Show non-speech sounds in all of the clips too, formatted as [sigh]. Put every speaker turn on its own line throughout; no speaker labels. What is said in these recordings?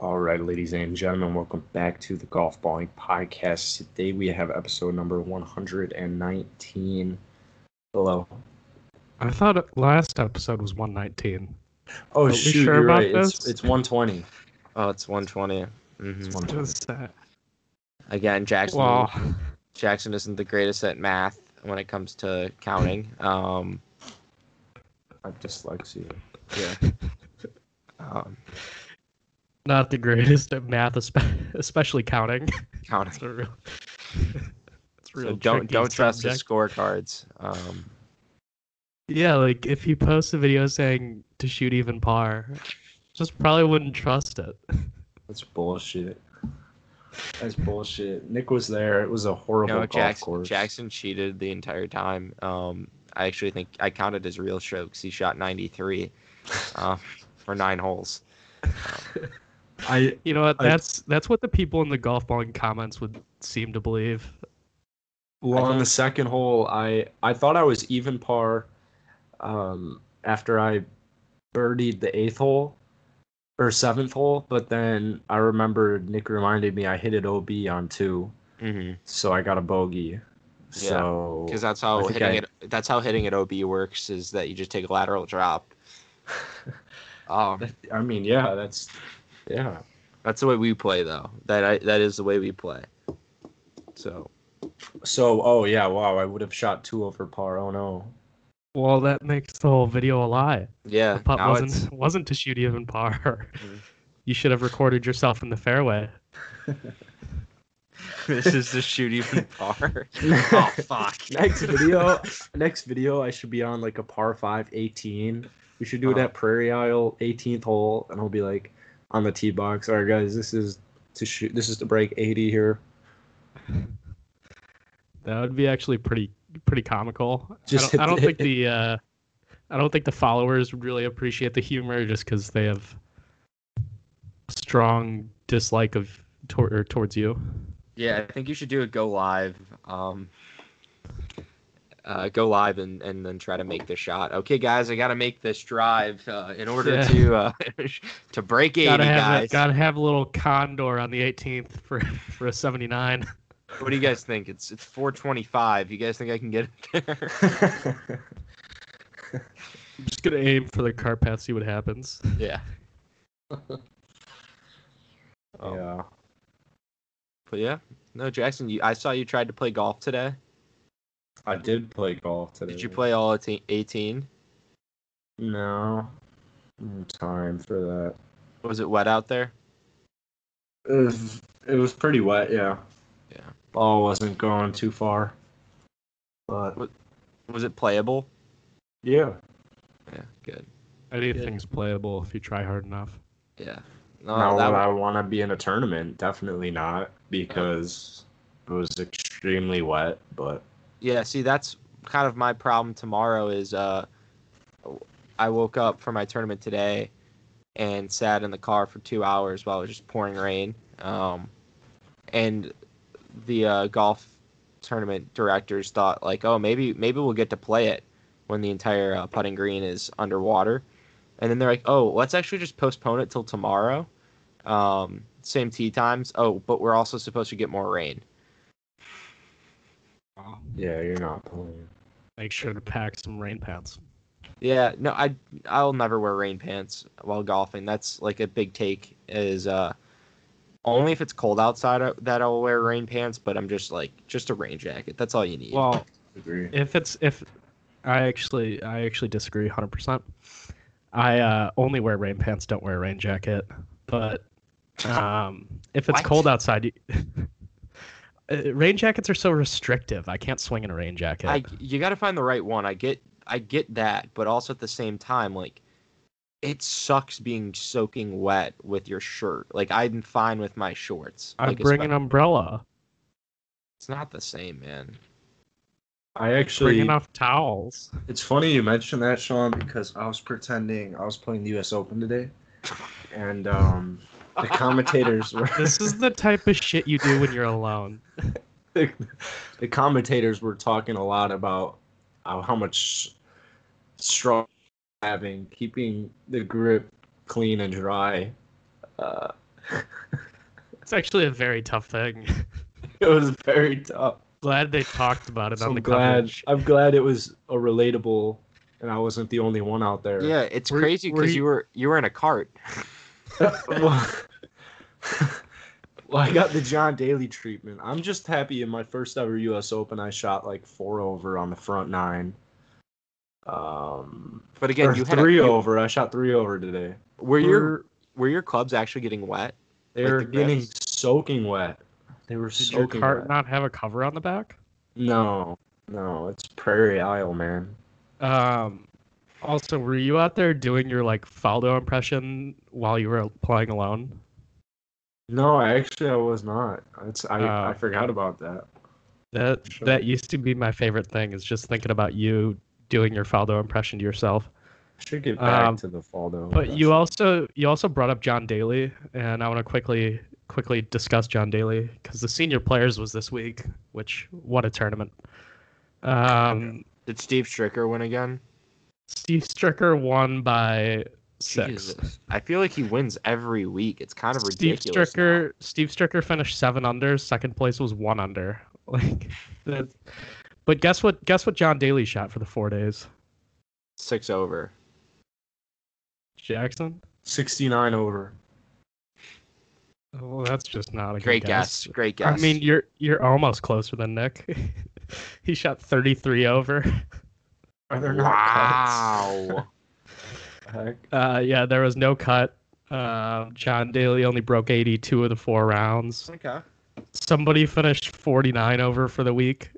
All right, ladies and gentlemen, welcome back to the Golf Balling Podcast. Today we have episode number 119. Hello.
I thought last episode was 119.
Oh,
Are we
shoot,
sure
you're
about
right. It's,
this?
it's 120.
Oh, it's 120.
It's
Mhm.
120.
Just that.
Again, Jackson.
Well,
Jackson isn't the greatest at math when it comes to counting. Um,
I have dyslexia.
yeah. Um,
not the greatest at math, espe- especially counting. [laughs] It's
counting.
a real. It's a real
So don't
tricky
don't trust his
subject.
scorecards. Um,
Yeah, like if he posts a video saying to shoot even par, just probably wouldn't trust it.
That's bullshit. That's bullshit. Nick was there. It was a horrible
no,
golf
Jackson
course.
Jackson cheated the entire time. Um, I actually think I counted his real strokes. He shot 93 uh, for nine holes.
I
You know what?
I-
That's that's what the people in the golf balling comments would seem to believe.
well
I
on the
think-
second hole, I I thought I was even par um after I birdied the eighth hole or seventh hole, but then I remembered Nick reminded me I hit it OB on two,
Mm-hmm.
so I got a bogey. So
Because that's
I
how
think I-
hitting it. That's how hitting it OB works. Is that you just take a lateral drop. Um,
I mean, yeah, that's yeah.
That's the way we play, though. That I, that is the way we play. So
So oh yeah, wow, I would have shot two over par. Oh no.
Well, that makes the whole video a lie.
yeah,
The putt
now
wasn't
[laughs] it's
wasn't to shoot even par.
Mhm.
you should have recorded yourself in the fairway.
this is the shoot [laughs] even par. oh fuck!
[laughs] next video next video i should be on like a par 5 18 we should do it
Uh-huh.
at prairie isle 18th hole and i'll be like on the tee box all right guys this is to shoot this is to break 80 [laughs] here
That would be actually pretty pretty comical.
Just
I
hit
don't, I don't
the-
think the uh, I don't think the followers would really appreciate the humor just because they have strong dislike of tor- or towards you.
Yeah, I think you should do it. Go live. Um, uh, go live and, and then try to make the shot. Okay, guys, I gotta make this drive uh, in order
Yeah.
to uh, [laughs] to break eighty,
gotta have
guys.
a, gotta have a little condor on the 18th for [laughs] for a 79.
What do you guys think? It's it's four twenty five. You guys think I can get it there? [laughs]
I'm just gonna aim for the car path, see what happens.
yeah. Um,
yeah
But yeah, no, Jackson. You, I saw you tried to play golf today.
i did play golf today
Did you play all eighteen?
no No time for
Was it wet out there?
that it was, it was pretty wet yeah
Yeah.
ball wasn't going too far but
Was it playable?
yeah
Yeah, good.
Anything's playable if you try hard enough.
Yeah.
No,
No, that
would
was,
I want to be in a tournament? Definitely not because it was extremely wet. But
yeah. See, that's kind of my problem tomorrow. Is uh, I woke up for my tournament today, and sat in the car for two hours while it was just pouring rain. Um, and the uh, golf tournament directors thought like, oh, maybe maybe we'll get to play it when the entire uh, putting green is underwater, and then they're like, oh, let's actually just postpone it till tomorrow, um, same tee times. Oh, but we're also supposed to get more rain.
yeah, you're not playing.
Make sure to pack some rain pants.
Yeah, no, I I'll never wear rain pants while golfing. That's like a big take. Is uh, only if it's cold outside I- that I'll wear rain pants. But I'm just like just a rain jacket. That's all you need.
Well,
Agree.
if it's if I actually I actually disagree 100%. I uh, only wear rain pants, don't wear a rain jacket. But um, if it's
What?
cold outside, you- [laughs] Uh, rain jackets are so restrictive. I can't swing in a rain jacket.
I you got to find the right one. I get I get that, but also at the same time, like it sucks being soaking wet with your shirt. Like I'm fine with my shorts.
I
like,
bring
espe-
an umbrella.
It's not the same, man.
I
Bring
actually.
enough towels.
It's funny you mentioned that, Sean, because I was pretending I was playing the U.S. Open today, and um,
[laughs]
the commentators were
This is the type of shit you do when you're alone.
[laughs] the, the commentators were talking a lot about uh, how much struggle having keeping the grip clean and dry. Uh, [laughs]
It's actually a very tough thing. [laughs]
It was very tough.
glad they talked about it
So
on the
I'm glad.
coverage.
I'm glad it was a relatable, and I wasn't the only one out there.
Yeah, it's
Were-
crazy
were
because
you-
you were you were in a cart.
well, [laughs] well, I got the John Daly treatment. I'm just happy in my first ever U.S. Open, I shot like four over on the front nine. Um,
But again,
or
you had a-
three
oh
you-
over. I shot three over today.
Were your
Were-
were your clubs actually getting wet?
They
Like
were
the
getting
grass?
soaking wet. They were
did your
soaking
cart
wet.
not have a cover on the back?
No, no, it's Prairie Isle, man.
Um, also, were you out there doing your like Faldo impression while you were playing alone?
No, I actually I was not. It's I,
Oh.
I forgot about that.
That
Sure.
that used to be my favorite thing. Is just thinking about you doing your Faldo impression to yourself.
Should get back
Um,
to the fall though.
But you also you also brought up John Daly, and I want to quickly quickly discuss John Daly because the senior players was this week, which what a tournament. Um,
Did Steve Stricker win again?
Steve Stricker won by six.
Jesus. I feel like he wins every week. It's kind of
Steve
ridiculous.
Stricker. Steve Stricker finished seven under. Second place was one under. [laughs] Like, that, but guess what? Guess what? John Daly shot for the four days.
now. six over.
Jackson.
69 over.
Well, that's just not a good
Great guess.
guess.
Great guess.
I mean, you're you're almost closer than Nick. [laughs] he shot 33 over. [laughs]
Are there not [laughs]
wow.
cuts? Heck.
Uh, yeah, there was no cut. Um, John Daly only broke 82 of the four rounds.
okay.
Somebody finished 49 over for the week.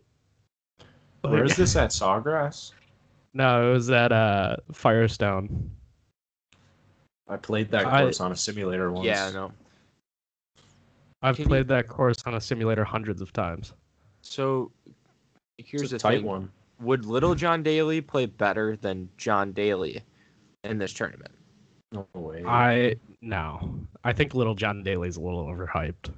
Like-
Where is this at Sawgrass?
[laughs] No, it was at uh, Firestone.
I played that
I-
course on a simulator once.
Yeah. No.
I've
Can you-
played that course on a simulator hundreds of times.
So here's
It's a
the
tight
thing.
one.
Would Little John Daly play better than John Daly in this tournament?
No way.
I no, I think Little John Daly's a little overhyped.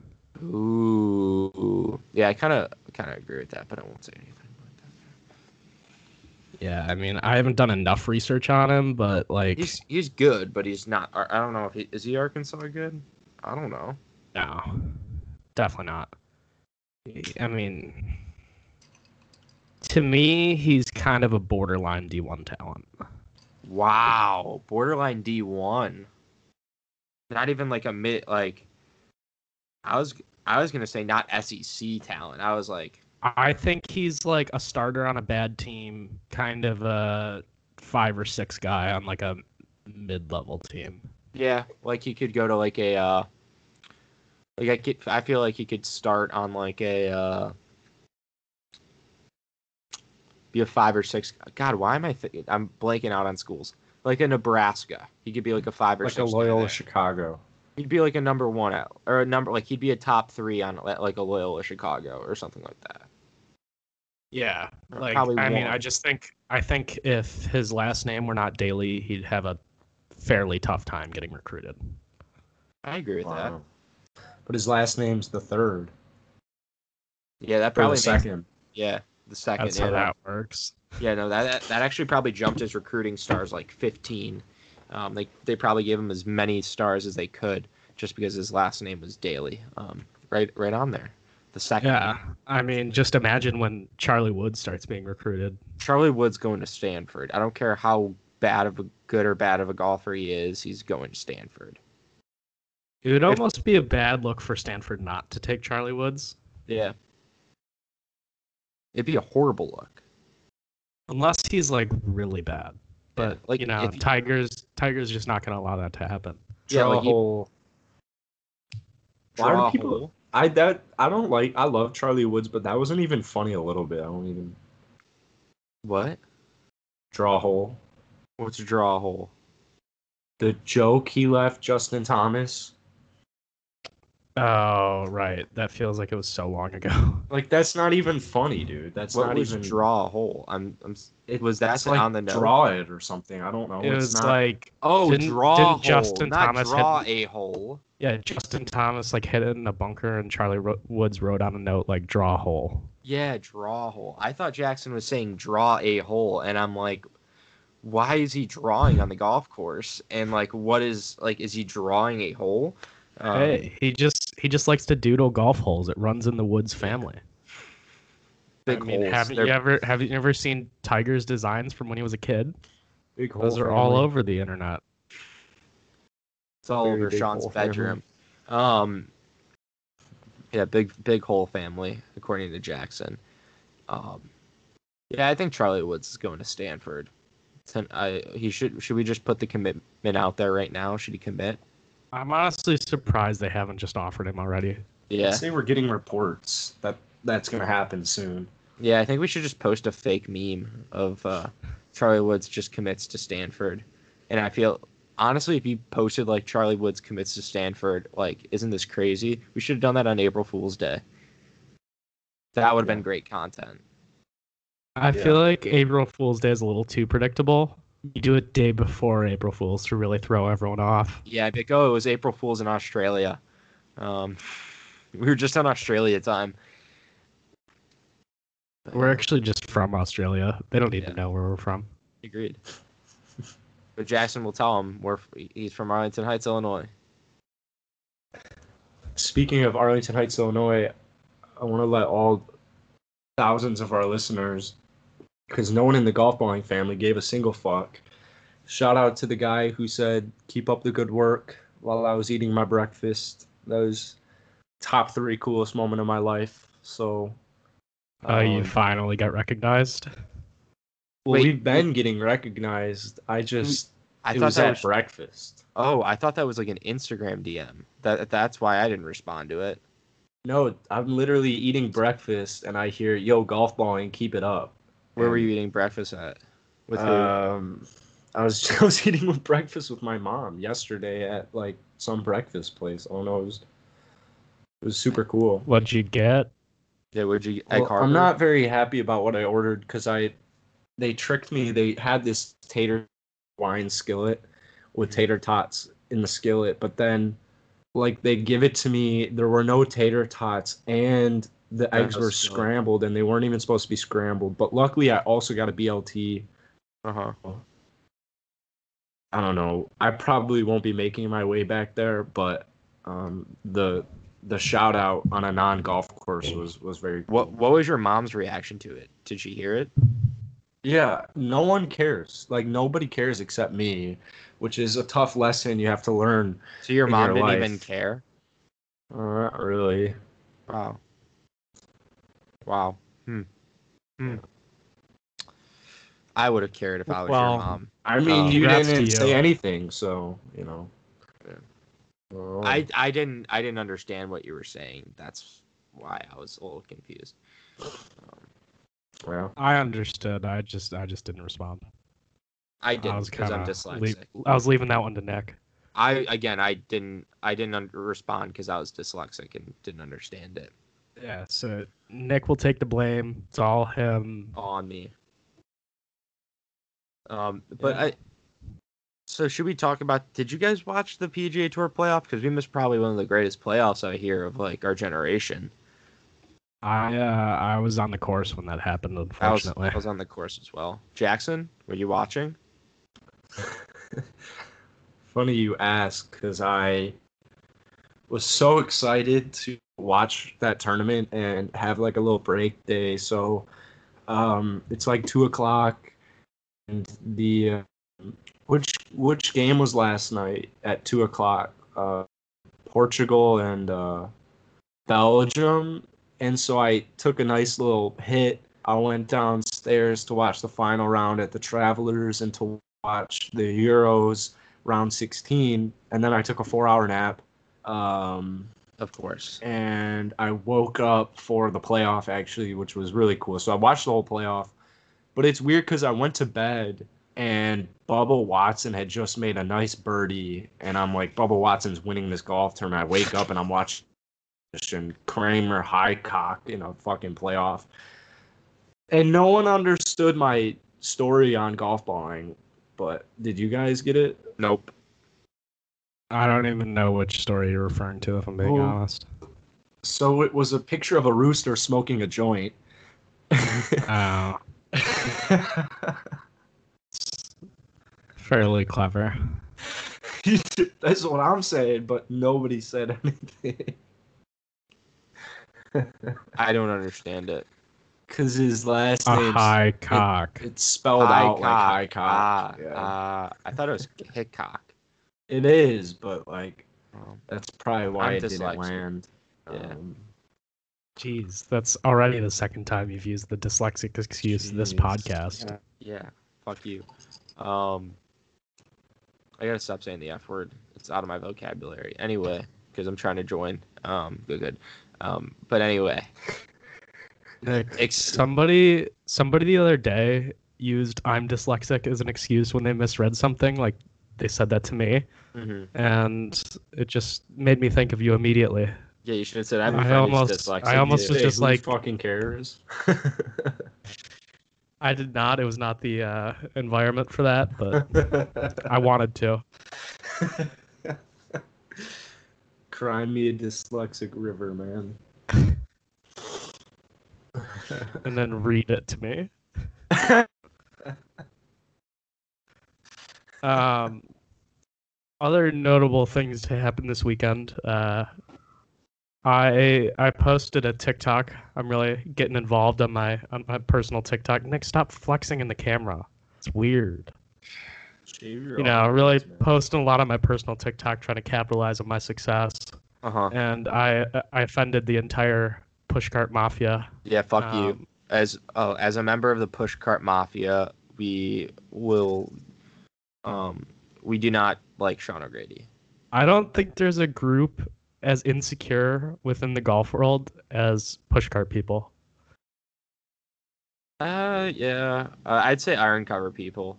Ooh. Yeah, I kind of kind of agree with that, but I won't say anything. about that.
Yeah, I mean, I haven't done enough research on him, but like,
He's he's good, but he's not. I I don't know if he is he Arkansas good. I don't know.
no, definitely not. I mean, to me, he's kind of a borderline D1 talent.
Wow, borderline D one. Not even like a mid. Like I was I was gonna say not SEC talent. I was like
I think he's like a starter on a bad team, kind of a five or six guy on like a mid-level team.
yeah, like he could go to like a uh, like I could, I feel like he could start on like a uh, be a five or six. God, why am I thinking? I'm blanking out on schools. Like a Nebraska, he could be like a five or
like a
six. guy
Loyola
there.
Chicago.
He'd be like a number one at, or a number like he'd be a top three on like a Loyola Chicago or something like that.
Yeah,
Or
like
probably
I mean,
won't.
I just think I think if his last name were not Daly, he'd have a fairly tough time getting recruited.
I agree with that.
Wow. But his last name's the third.
Yeah, that
Probably
probably
the
makes,
second.
Yeah, the second.
That's
yeah,
how
that-
that works.
yeah, no, that that- that actually probably jumped his recruiting stars like fifteen. Um, they they probably gave him as many stars as they could just because his last name was Daly. Um, right right on there, the second.
Yeah, I mean, just imagine when Charlie Wood starts being recruited.
Charlie Wood's going to Stanford. I don't care how bad of a good or bad of a golfer he is, he's going to Stanford.
It would almost be a bad look for Stanford not to take Charlie Woods,
Yeah. It'd be a horrible look.
unless he's like really bad. But
like,
like you know,
if-
Tigers Tiger's just not going to allow that to happen.
Yeah,
Draw
like he-
hole. Why
Draw
do
a
people-
hole.
I that I don't like. I love Charlie Woods, but that wasn't even funny. A little bit. I don't even
What?
draw a hole.
What's draw a hole?
The joke he left Justin Thomas.
Oh right, that feels like it was so long ago.
Like that's not even funny, dude. That's
what
not
was
even
draw a hole? I'm. I'm. s-
It
was that
it's like
on the note?
draw it or something. I don't know.
it
it's
was
not,
like
Oh,
Didn't-
draw a
didn't
hole,
Justin
not
Thomas hit-
draw a hole.
Yeah, Justin Thomas like hit it in a bunker, and Charlie Ro- Woods wrote on a note like "draw a hole."
Yeah, draw a hole. I thought Jackson was saying draw a hole, and I'm like, why is he drawing on the golf course? And like, what is like, is he drawing a hole? Um,
hey, he just he just likes to doodle golf holes. It runs in the woods family.
big
I mean,
holes.
haven't
They're-
you ever have you ever seen Tiger's designs from when he was a kid?
Big
Those
hole
Oh,
are all
family.
over the internet.
It's all
Very
over
big
Sean's
hole family.
bedroom. Um, yeah, big big hole family, according to Jackson. Um, yeah, I think Charlie Woods is going to Stanford. Ten- I, he should should we just put the commitment out there right now? Should he commit?
I'm honestly surprised they haven't just offered him already.
I'd
Yeah,
say we're getting reports that that's going to happen soon.
yeah. I think we should just post a fake meme of uh, Charlie Woods just commits to Stanford, and I feel honestly, if you posted like Charlie Woods commits to Stanford, like isn't this crazy? We should have done that on April Fool's Day. That would have
Yeah.
been great content.
I
Yeah.
feel like April Fool's Day is a little too predictable. You do it day before April Fool's to really throw everyone off.
Yeah, but oh, it was April Fools in Australia. Um, [laughs] we were just on Australia time. But, uh,
We're
yeah,
actually just from Australia. They don't need
Yeah.
to know where we're from.
agreed. But Jackson will tell him we're he's from Arlington Heights, Illinois.
Speaking of Arlington Heights, Illinois, I want to let all thousands of our listeners, because no one in the golf balling family gave a single fuck. Shout out to the guy who said, "Keep up the good work." While I was eating my breakfast, that was top three coolest moment of my life. So,
Oh, you
um,
finally got recognized.
well,
wait,
we've been getting recognized. I just
I
it
thought
was
that
at
was
breakfast.
oh, I thought that was like an Instagram DM. That that's why I didn't respond to it.
No, I'm literally eating breakfast and I hear, "Yo, golf balling, keep it up."
Where were
And-
you eating breakfast at? With who?
Um, I was [laughs] I was eating with breakfast with my mom yesterday at like some breakfast place. Oh no, it was it was super cool.
What'd you get?
yeah, would you at
Well,
Carver?
I'm not very happy about what I ordered because I they tricked me. They had this tater wine skillet with tater tots in the skillet, but then like they give it to me. There were no tater tots and the
Yeah,
eggs
no
were
skillet.
scrambled and they weren't even supposed to be scrambled. But luckily, I also got a BLT.
Uh-huh.
I don't know. I probably won't be making my way back there, but um, the the shout out on a non golf course was was very cool.
What what was your mom's reaction to it? Did she hear it?
Yeah, no one cares. Like nobody cares except me, which is a tough lesson you have to learn.
So your
In
mom
your
didn't
life.
even care.
Uh, not really.
Wow. Wow. Hmm. Hmm. I would have cared if I was
Well,
your mom.
I mean,
Oh.
Um, you
Congrats to
didn't
you.
say anything, so you know.
Yeah.
Well,
I, I didn't I didn't understand what you were saying. That's why I was a little confused.
well,
I understood. I just I just didn't respond.
I didn't
was
because I'm
kinda
dyslexic.
le- I was leaving that one to Nick.
I again I didn't I didn't un- respond because I was dyslexic and didn't understand it
Yeah, so Nick will take the blame. It's all him.
on me. Um, but
Yeah.
I. So should we talk about? Did you guys watch the PGA Tour playoff? Because we missed probably one of the greatest playoffs I hear of like our generation.
I uh, I was on the course when that happened,
I was,
unfortunately.
I was on the course as well. Jackson, were you watching?
funny you ask because I was so excited to watch that tournament and have like a little break day. So um, it's like two o'clock, and the uh, which which game was last night at two o'clock? Uh, Portugal and uh, Belgium. And so I took a nice little hit. I went downstairs to watch the final round at the Travelers and to watch the Euros round 16 and then i took a four hour nap um,
Of course.
and i woke up for the playoff actually which was really cool so i watched the whole playoff but it's weird because i went to bed and bubba watson had just made a nice birdie and i'm like bubba watson's winning this golf tournament i wake up and i'm watching Christian kramer highcock in a fucking playoff and no one understood my story on golf balling but did you guys get it
Nope.
I don't even know which story you're referring to, if I'm being
Who-
[laughs]
honest.
So it was a picture of a rooster smoking a joint. [laughs]
Uh, fairly clever.
That's what I'm saying, but nobody said anything.
I don't understand it.
Cause his last
A
name's
high cock.
it's spelled out like high cock.
Ah,
Yeah.
ah, I thought it was Hickok.
it is, but like
Um,
that's probably why
I'm
it didn't
dyslexic.
land.
Yeah.
Um,
Jeez, that's already the second time you've used the dyslexic excuse in this
Jeez.
podcast.
yeah, fuck you. Um, I gotta stop saying the F word. It's out of my vocabulary anyway, because I'm trying to join. Um, good, good. Um, but anyway, ex-
Somebody, somebody the other day used "I'm dyslexic" as an excuse when they misread something. Like they said that to me,
mhm.
and it just made me think of you immediately.
yeah, you should have said I have a
I
friend almost,
almost-
who's dyslexic.
I almost
too."
was
Hey,
just
who
like-
fucking [laughs] cares.
I did not. It was not the uh, environment for that,
[laughs]
but I wanted to.
Cry me a dyslexic river, man.
And then read it to
[laughs]
me. um, other notable things to happen this weekend. Uh, I I posted a TikTok. I'm really getting involved on my on my personal TikTok. Nick, stop flexing in the camera. It's weird.
Shave your
You know, really
arms, man.
posting a lot on my personal TikTok, trying to capitalize on my success.
uh-huh.
And I I offended the entire pushcart mafia.
Yeah, fuck you.
Um,
as uh, as a member of the pushcart mafia, we will um we do not like Sean O'Grady.
I don't think there's a group as insecure within the golf world as pushcart people.
Uh yeah, uh, I'd say iron cover people.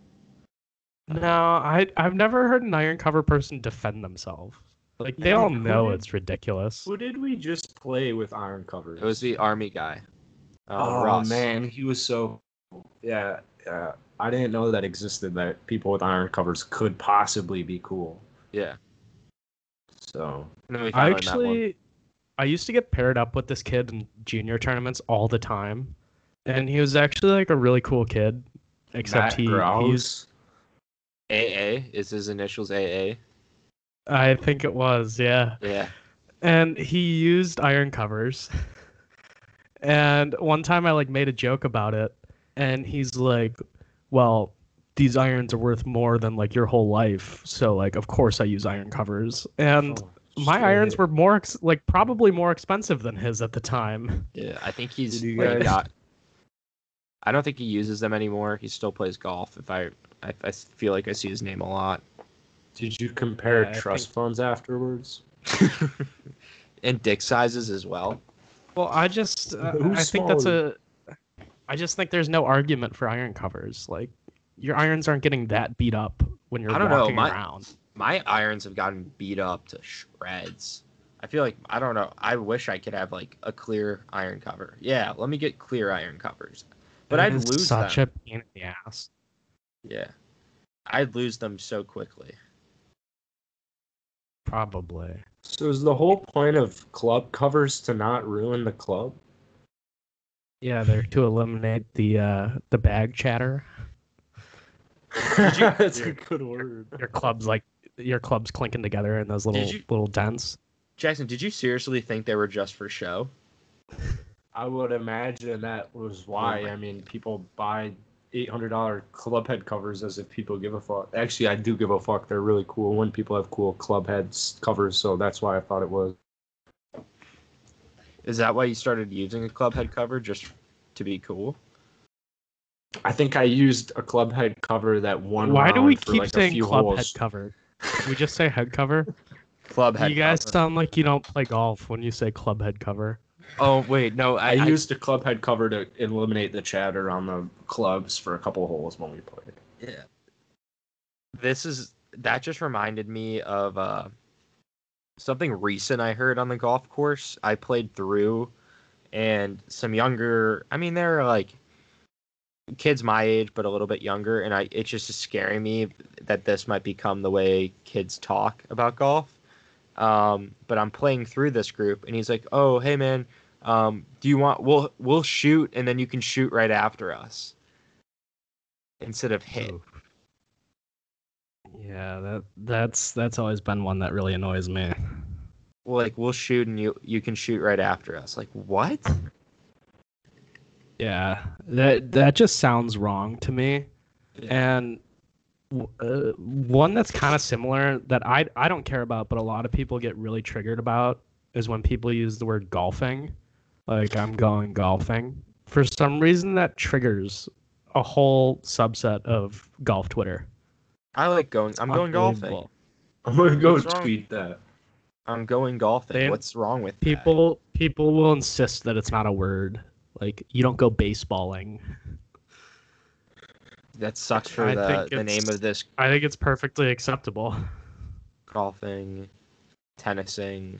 No, I I've never heard an iron cover person defend themselves. Like they
Yeah,
all
who
know
did-
it's ridiculous.
Who did we just play with iron covers?
It was the army guy. Uh,
oh
Russ.
man, he was so yeah. Uh, I didn't know that existed. That people with iron covers could possibly be cool.
Yeah.
So
And then we
I
found out that one.
actually I used to get paired up with this kid in junior tournaments all the time. And he was actually like a really cool kid. Except
Matt
he he's
Grouse,
AA is his initials AA.
I think it was, yeah.
[laughs]
Yeah.
and he used iron covers. and one time I like made a joke about it and he's like, "Well, these irons are worth more than like your whole life, so like of course I use iron covers." And
Oh,
um, my irons
shit.
were more ex- like probably more expensive than his at the time.
Yeah. I think he's
Did you
like,
guys-
got- I don't think he uses them anymore. He still plays golf. If I, I, I feel like I see his name
[laughs]
a lot.
Did you compare
Yeah, I
trust funds afterwards?
and dick sizes as well.
Well, I just uh,
Who's
I think that's
smaller?
a I just think there's no argument for iron covers. Like your irons aren't getting that beat up when you're
I don't know,
walking
my-
around.
my irons have gotten beat up to shreds. I feel like I don't know. I wish I could have like a clear iron cover. Yeah, let me get clear iron covers. But
It
I'd
is
lose
such
them.
a pain in the ass.
Yeah, I'd lose them so quickly.
Probably.
So is the whole point of club covers to not ruin the club?
Yeah, they're to eliminate the uh, the bag chatter.
[laughs] That's a good word.
Your clubs like your clubs clinking together in those little
you-
little dents.
Jackson, did you seriously think they were just for show?
I would imagine that was why.
my
I mean, people buy eight hundred dollar club head covers as if people give a fuck. Actually, I do give a fuck. They're really cool when people have cool club heads covers. So that's why I thought it was.
Is that why you started using a club head cover just to be cool?
I think I used a club head cover that one.
Why do we
round for,
keep
like, a
saying
few
club
holes.
head cover? Can we just say head cover? [laughs]
Club head.
you guys
cover.
sound like you don't play golf when you say club head cover.
Oh wait, no.
I,
I, I
used a club head cover to eliminate the chatter on the clubs for a couple holes when we played. [laughs]
Yeah. This is that just reminded me of uh something recent I heard on the golf course. I played through and some younger I mean they're like kids my age but a little bit younger and I it's just scaring me that this might become the way kids talk about golf. Um but I'm playing through this group and he's like, "Oh, hey man, um do you want we'll we'll shoot and then you can shoot right after us." Instead of hit.
Oof. Yeah, that that's that's always been one that really annoys me.
Like we'll shoot and you you can shoot right after us. Like what?
Yeah, that that just sounds wrong to me. And w- uh, one that's kind of similar that I I don't care about, but a lot of people get really triggered about is when people use the word golfing, like I'm going golfing. For some reason, that triggers a whole subset of golf Twitter.
I like going. I'm going golfing.
Unbelievable.
I'm gonna go
What's wrong?
tweet that.
I'm going golfing.
They-
What's wrong with that?
People people will insist that it's not a word. Like you don't go baseballing.
That sucks for
I
the,
think
the name
it's-
of this
I think it's perfectly acceptable.
golfing, tennising.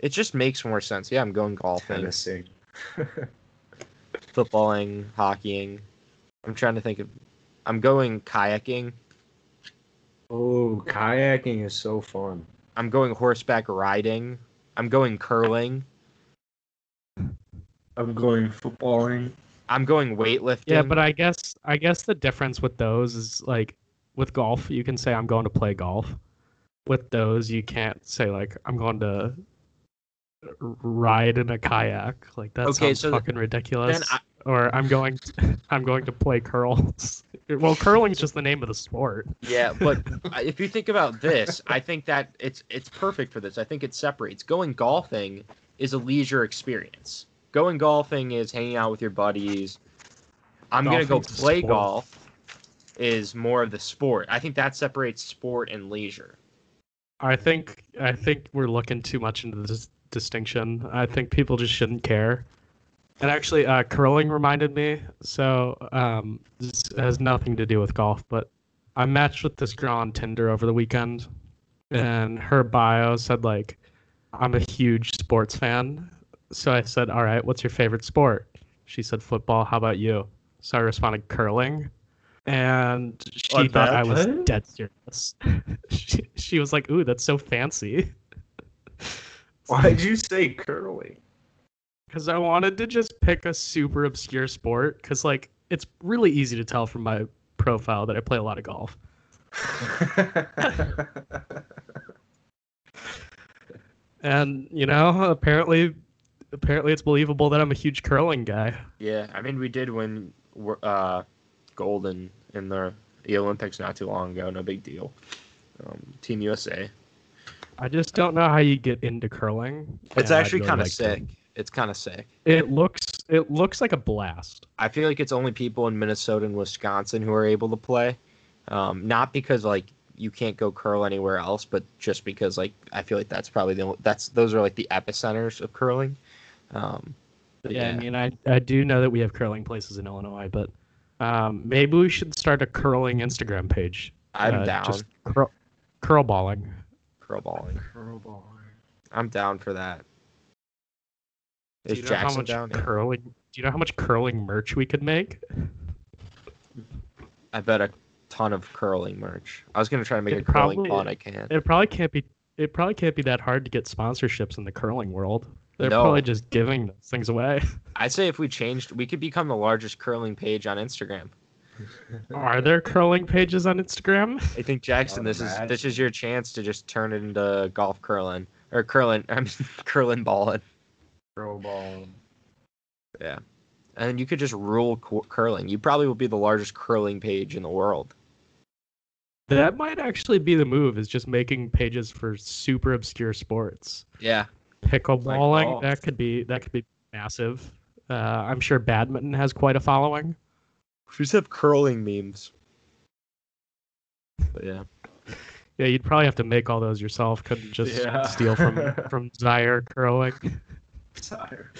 It just makes more sense. Yeah, I'm going golfing,
Tennessee.
footballing, hockeying. I'm trying to think of. I'm going kayaking.
Oh, kayaking is so fun.
I'm going horseback riding. I'm going curling.
I'm going footballing.
I'm going weightlifting.
Yeah, but I guess I guess the difference with those is like with golf, you can say I'm going to play golf. With those, you can't say like I'm going to r- ride in a kayak. Like that
Okay,
sounds
so th-
fucking ridiculous.
then I-
Or I'm going [laughs] I'm going to play curls. [laughs] well, curling's just the name of the sport.
Yeah, but if you think about this, I think that it's it's perfect for this. I think it separates. Going golfing is a leisure experience. Going golfing is hanging out with your buddies. I'm going to go
Golfing's a
play
sport.
golf is more of the sport. I think that separates sport and leisure.
I think I think we're looking too much into this distinction. I think people just shouldn't care. And actually, uh, curling reminded me. So um, this has nothing to do with golf, but I matched with this girl on Tinder over the weekend, and her bio said like, "I'm a huge sports fan." So I said, "All right, what's your favorite sport?" She said, "Football." How about you? So I responded, "Curling," and she
What
thought
the
I was
heck?
dead serious. [laughs] she, she was like, "Ooh, that's so fancy."
Why'd you say curling?
because I wanted to just pick a super obscure sport because like it's really easy to tell from my profile that I play a lot of golf. And you know, apparently, apparently it's believable that I'm a huge curling guy.
Yeah, I mean we did win uh, gold in, in the, the Olympics not too long ago. No big deal. Um, Team USA.
I just don't know how you get into curling.
It's
and I'd
actually
really
kind of
like to-
sick. It's kind of sick.
It looks it looks like a blast.
I feel like it's only people in Minnesota and Wisconsin who are able to play. Um, not because like you can't go curl anywhere else, but just because like I feel like that's probably the only, that's those are like the epicenters of curling. Um, but
Yeah,
yeah,
I mean, I I do know that we have curling places in Illinois, but um, maybe we should start a curling Instagram page.
I'm
Uh,
down
Just curl, curl balling.
curl balling.
Curlball.
I'm down for that.
Do
Is
you know how
Jackson
much
down? here?
curling? Do you know how much curling merch we could make?
I bet a ton of curling merch. I was gonna try to make
It
a curling
probably-
pun. I can't.
It probably can't be. It probably can't be that hard to get sponsorships in the curling world. They're
No.
probably just giving those things
[laughs]
away.
I'd say if we changed, we could become the largest curling page on Instagram.
Are there curling pages on Instagram?
I think Jackson, this is this is your chance to just turn it into golf curling or curling. [laughs] I mean, curling balling,
Curlball.
and you could just rule cu- curling. You probably will be the largest curling page in the world.
That might actually be the move. Is just making pages for super obscure sports.
Yeah,
Pickleballing.
golf.
that could be. That could be massive. Uh, I'm sure badminton has quite a following.
we just have curling memes. But yeah,
Yeah, you'd probably have to make all those yourself. Couldn't just
Yeah.
steal
[laughs]
from from Zaire curling.
Tired.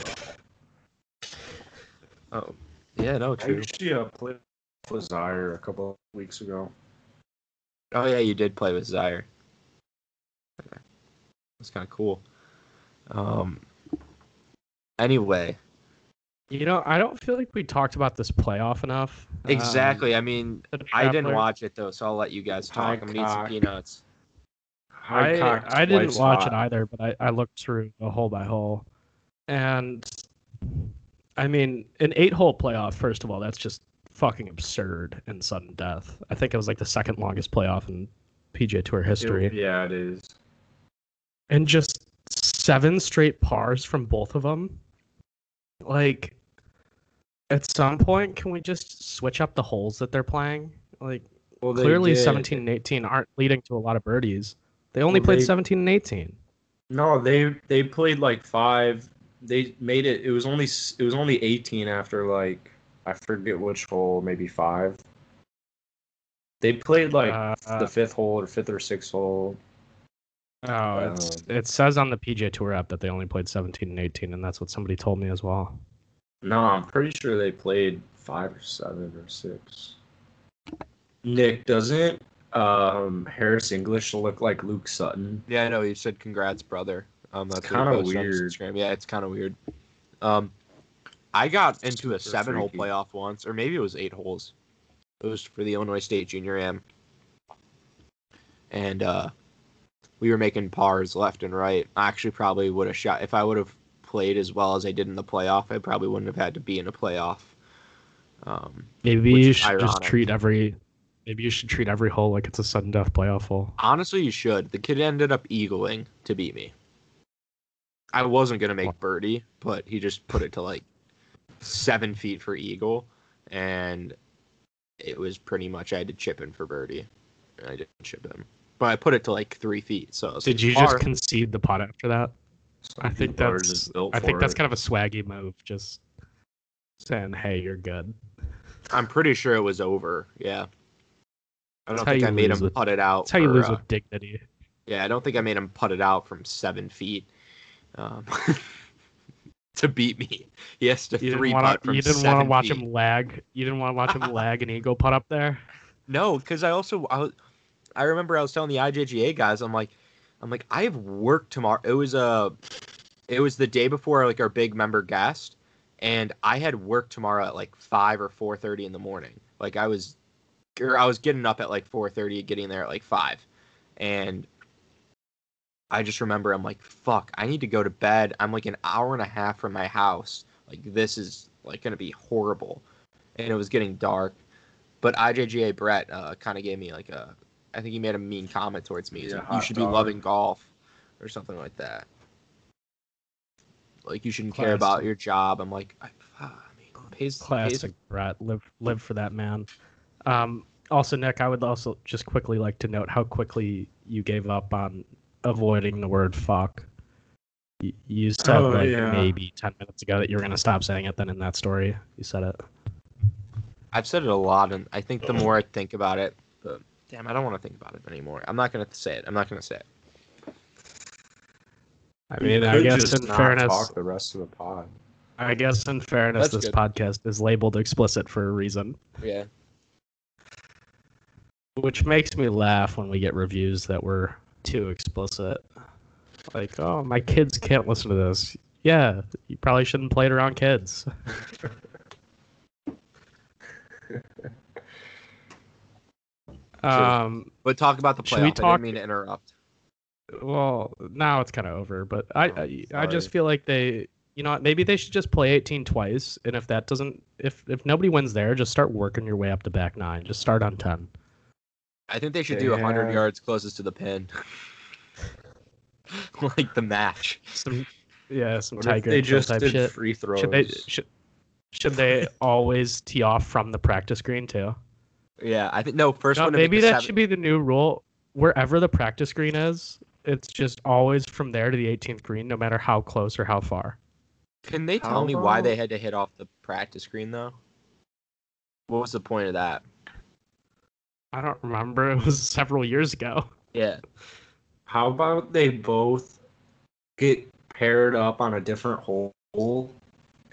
oh, yeah, no,
I
true.
actually uh, played with Zaire a couple of weeks ago.
Oh yeah, you did play with Zaire. That's kind of cool. Um. Anyway,
You know, I don't feel like we talked about this playoff enough. Um,
exactly. I mean,
the
I didn't
Travelers-
watch it though, so I'll let you guys talk. I'm gonna eat some
Hickok.
peanuts.
I,
cocked
I didn't
twice
watch
hot.
it either, but I, I looked through the hole by hole. And I mean, an eight hole playoff, first of all, that's just fucking absurd and sudden death. I think it was like the second longest playoff in PGA Tour history.
yeah, it is.
and just seven straight pars from both of them. Like, at some point, can we just switch up the holes that they're playing? Like,
Well, they
clearly,
did.
17 and 18 aren't leading to a lot of birdies. They only
Well,
played
they-
17 and 18.
No, they they played like five. They made it. It was only s- it was only eighteen after like I forget which hole, maybe five. They played like
Uh,
the fifth hole or fifth or sixth hole.
Oh, it's it says on the PJ Tour app that they only played 17 and 18, and that's what somebody told me as well.
No, I'm pretty sure they played five or seven or six. Nick doesn't um, Harris English look like Luke Sutton?
Yeah, I know. You said congrats, brother. Um, that's
It's
what he
kinda
posted on his
weird.
Instagram. Yeah, it's kind of weird. Um, I got into a seven-hole
freaky.
playoff once, or maybe it was eight holes. It was for the Illinois State Junior Am, and uh, we were making pars left and right. I actually probably would have shot if I would have played as well as I did in the playoff. I probably wouldn't have had to be in a playoff. Um,
Maybe
Which
you
is
should just
ironic.
treat every maybe you should treat every hole like it's a sudden death playoff hole.
Honestly, you should. The kid ended up eagling to beat me. I wasn't gonna make birdie, but he just put it to like seven feet for eagle, and it was pretty much I had to chip in for birdie, and I didn't chip in, but I put it to like three feet. So it was
Did you
par.
just concede the putt after that? I think
People are
that's-
just built
I think
for
that's
it.
kind of a swaggy move, just saying, "Hey, you're good."
I'm pretty sure it was over. Yeah, I
That's
don't
how
think
you
I made
lose
him
with-
put it out.
That's how you
for,
lose
uh,
with dignity.
Yeah, I don't think I made him put it out from seven feet um, [laughs] to beat me. He has to
You
three
didn't
putt
want
from
to. You didn't want
seven
to watch
feet.
him lag. You didn't want
[laughs]
to watch him lag an eagle putt up there.
No, because I also I, was- I remember I was telling the IJGA guys, I'm like, I'm like, I have work tomorrow. It was uh, it was the day before like our big member guest, and I had work tomorrow at like five or four thirty in the morning. Like I was, or I was getting up at like four thirty, getting there at like five, and I just remember I'm like, fuck, I need to go to bed. I'm like an hour and a half from my house. Like this is like gonna be horrible, and it was getting dark but IJGA Brett uh, kind of gave me like a, I think he made a mean comment towards me. He's
Yeah,
like, you
hot
should be
dog.
loving golf, or something like that. Like you shouldn't care
Classic.
about your job. I'm like, I, ah, I mean, pays,
Classic
pays
Brett. Live, live for that man. Um, also, Nick, I would also just quickly like to note how quickly you gave up on avoiding the word "fuck." You, you said
Oh,
like
yeah.
maybe ten minutes ago that you were gonna stop saying it. Then in that story, you said it.
I've said it a lot, and I think the more I think about it, the damn, I don't want to think about it anymore. I'm not gonna say it. I'm not gonna say it.
I
You
mean, I
could
guess
just
in
not
fairness,
talk the rest of the pod.
I guess in fairness, this
That's good.
podcast is labeled explicit for a reason,
Yeah.
which makes me laugh when we get reviews that were too explicit. Like, oh, my kids can't listen to this. Yeah, you probably shouldn't play it around kids.
[laughs]
um,
But talk about the playoff.
Should we
I
talk-
didn't mean to interrupt.
well, now it's kind of over, but I,
Oh,
I, I
sorry.
just feel like they, you know, what, maybe they should just play 18 twice, and if that doesn't, if if nobody wins there, just start working your way up to back nine. Just start on 10.
I think they should do do 100
Yeah.
yards closest to the pin, [laughs] like the match.
Some, yeah, some
What if
tiger
they
Kill
just
type
did
shit.
free throws.
Should they should, should
[laughs]
they always tee off from the practice green too?
Yeah, I think no. First
No,
one. to make
maybe
the
that
seven-
should be the new rule. Wherever the practice green is, it's just always from there to the 18th green, no matter how close or how far.
Can they tell
How
me why they
about-
had to hit off the practice screen though? What was the point of that?
I don't remember. [laughs] It was several years ago.
Yeah.
How about they both get paired up on a different hole,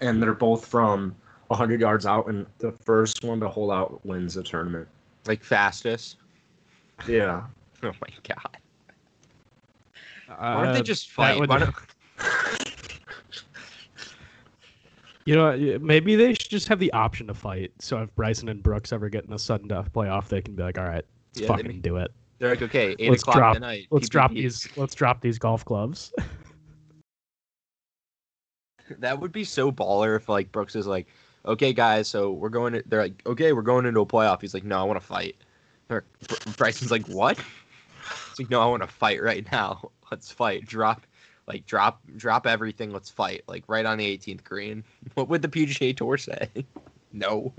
and they're both from 100 yards out, and the first one to hold out wins the tournament.
Like fastest. [laughs]
Yeah.
Oh my god.
Why
Why don't they just fight?
Uh, would- [laughs]
Why don't... [laughs]
You know, what, maybe they should just have the option to fight. So if Bryson and Brooks ever get in a sudden death playoff, they can be like, "All right, let's
Yeah, they
fucking
may-
do it.
They're like, okay, 8
Let's
o'clock
drop-
tonight.
Let's drop
PPP.
these. Let's drop these golf gloves."
[laughs] That would be so baller if like Brooks is like, okay guys, so we're going. To... They're like, okay, we're going into a playoff. He's like, no, I want to fight. Or Br- Bryson's like, what? It's like, no, I want to fight right now. [laughs] Let's fight. Drop, like drop, drop everything. Let's fight. Like right on the 18th green. [laughs] What would the PGA Tour say? [laughs] no.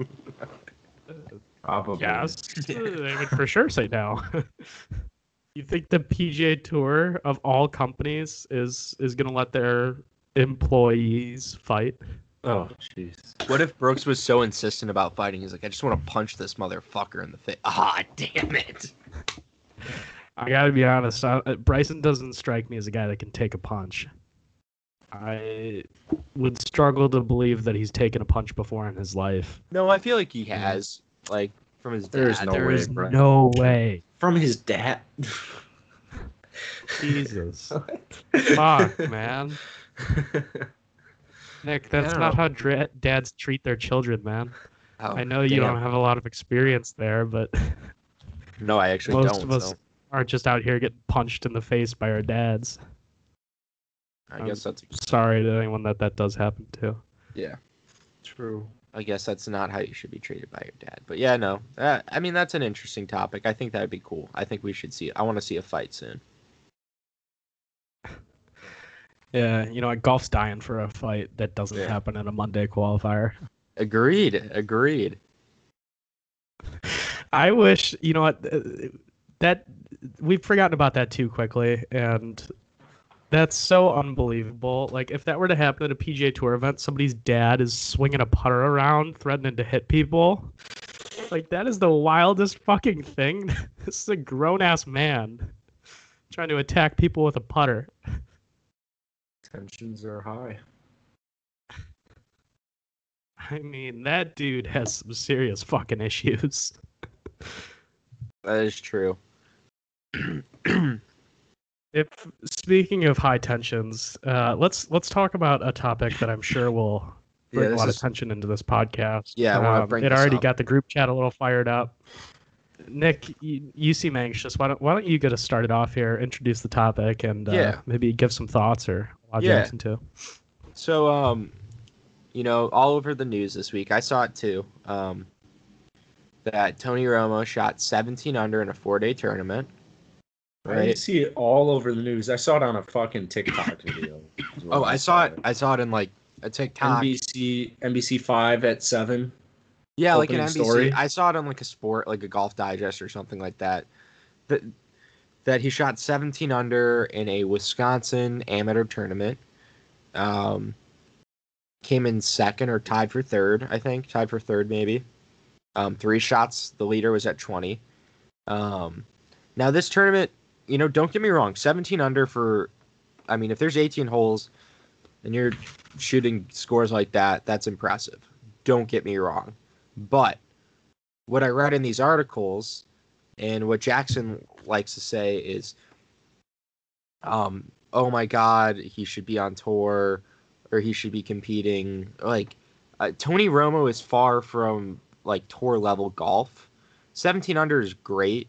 Probably.
Yes, [laughs] they would for sure say no. [laughs] you think the PGA Tour of all companies is is gonna let their employees fight?
Oh, jeez.
What if Brooks was so insistent about fighting? He's like, I just want to punch this motherfucker in the face. [laughs] Ah, damn it.
I gotta be honest. I, uh, Bryson doesn't strike me as a guy that can take a punch. I would struggle to believe that he's taken a punch before in his life.
No, I feel like he has, like, from his dad.
There's no
There
way,
is
bro.
no way.
From his
[laughs]
dad.
Jesus. Fuck, man. Nick, that's
Yeah.
not how dra- dads treat their children, man.
Oh,
I know you
damn.
don't have a lot of experience there, but
No, I actually
most
don't.
of us
so
are just out here getting punched in the face by our dads.
I guess that's
Sorry to anyone that that does happen to.
yeah.
True.
I guess that's not how you should be treated by your dad. But yeah, no. Uh, I mean, that's an interesting topic. I think that'd be cool. I think we should see. I want to see a fight soon.
Yeah, you know, golf's dying for a fight that doesn't
Yeah.
happen in a Monday qualifier.
Agreed. Agreed.
I wish, you know what, uh, that we've forgotten about that too quickly, and that's so unbelievable. Like, if that were to happen at a PGA Tour event, somebody's dad is swinging a putter around, threatening to hit people. Like, that is the wildest fucking thing. [laughs] this is a grown ass man trying to attack people with a putter.
Tensions are high.
I mean, that dude has some serious fucking issues.
That is true.
If speaking of high tensions, uh, let's let's talk about a topic that I'm sure
[laughs]
will bring a lot of attention into this podcast.
Yeah, I wanna
Um,
bring
it
this
already
up.
got the group chat a little fired up. Nick, you, you seem anxious. Why don't why don't you get us started off here? Introduce the topic and uh,
Yeah.
maybe give some thoughts or allow
Yeah.
Jackson to.
So, um, you know, all over the news this week, I saw it too. Um, that Tony Romo shot 17 under in a four-day tournament.
I
Right.
see it all over the news. I saw it on a fucking
[laughs]
TikTok video. is what
Oh, I saw it.
on
I saw it in like a TikTok.
NBC NBC Five at seven.
yeah, like an NBC.
opening story.
I saw it on like a sport, like a golf digest or something like that. That that he shot 17 under in a Wisconsin amateur tournament. Um, came in second or tied for third, I think, tied for third maybe. Um, three shots. The leader was at 20. Um, now this tournament, you know, don't get me wrong, 17 under for, I mean, if there's 18 holes, and you're shooting scores like that, that's impressive. Don't get me wrong. But what I read in these articles and what Jackson likes to say is, um, oh my God, he should be on tour or he should be competing. Like, uh, Tony Romo is far from like tour level golf. 17 under is great,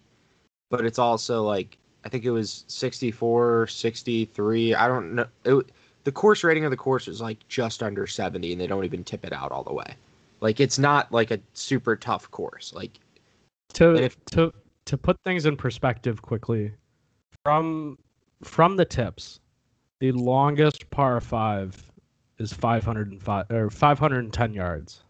but it's also like, I think it was 64, 63. I don't know. It, the course rating of the course is like just under 70 and they don't even tip it out all the way like it's not like a super tough course like
to
And if-
to to put things in perspective quickly from from the tips the longest par 5 is 505 or 510 yards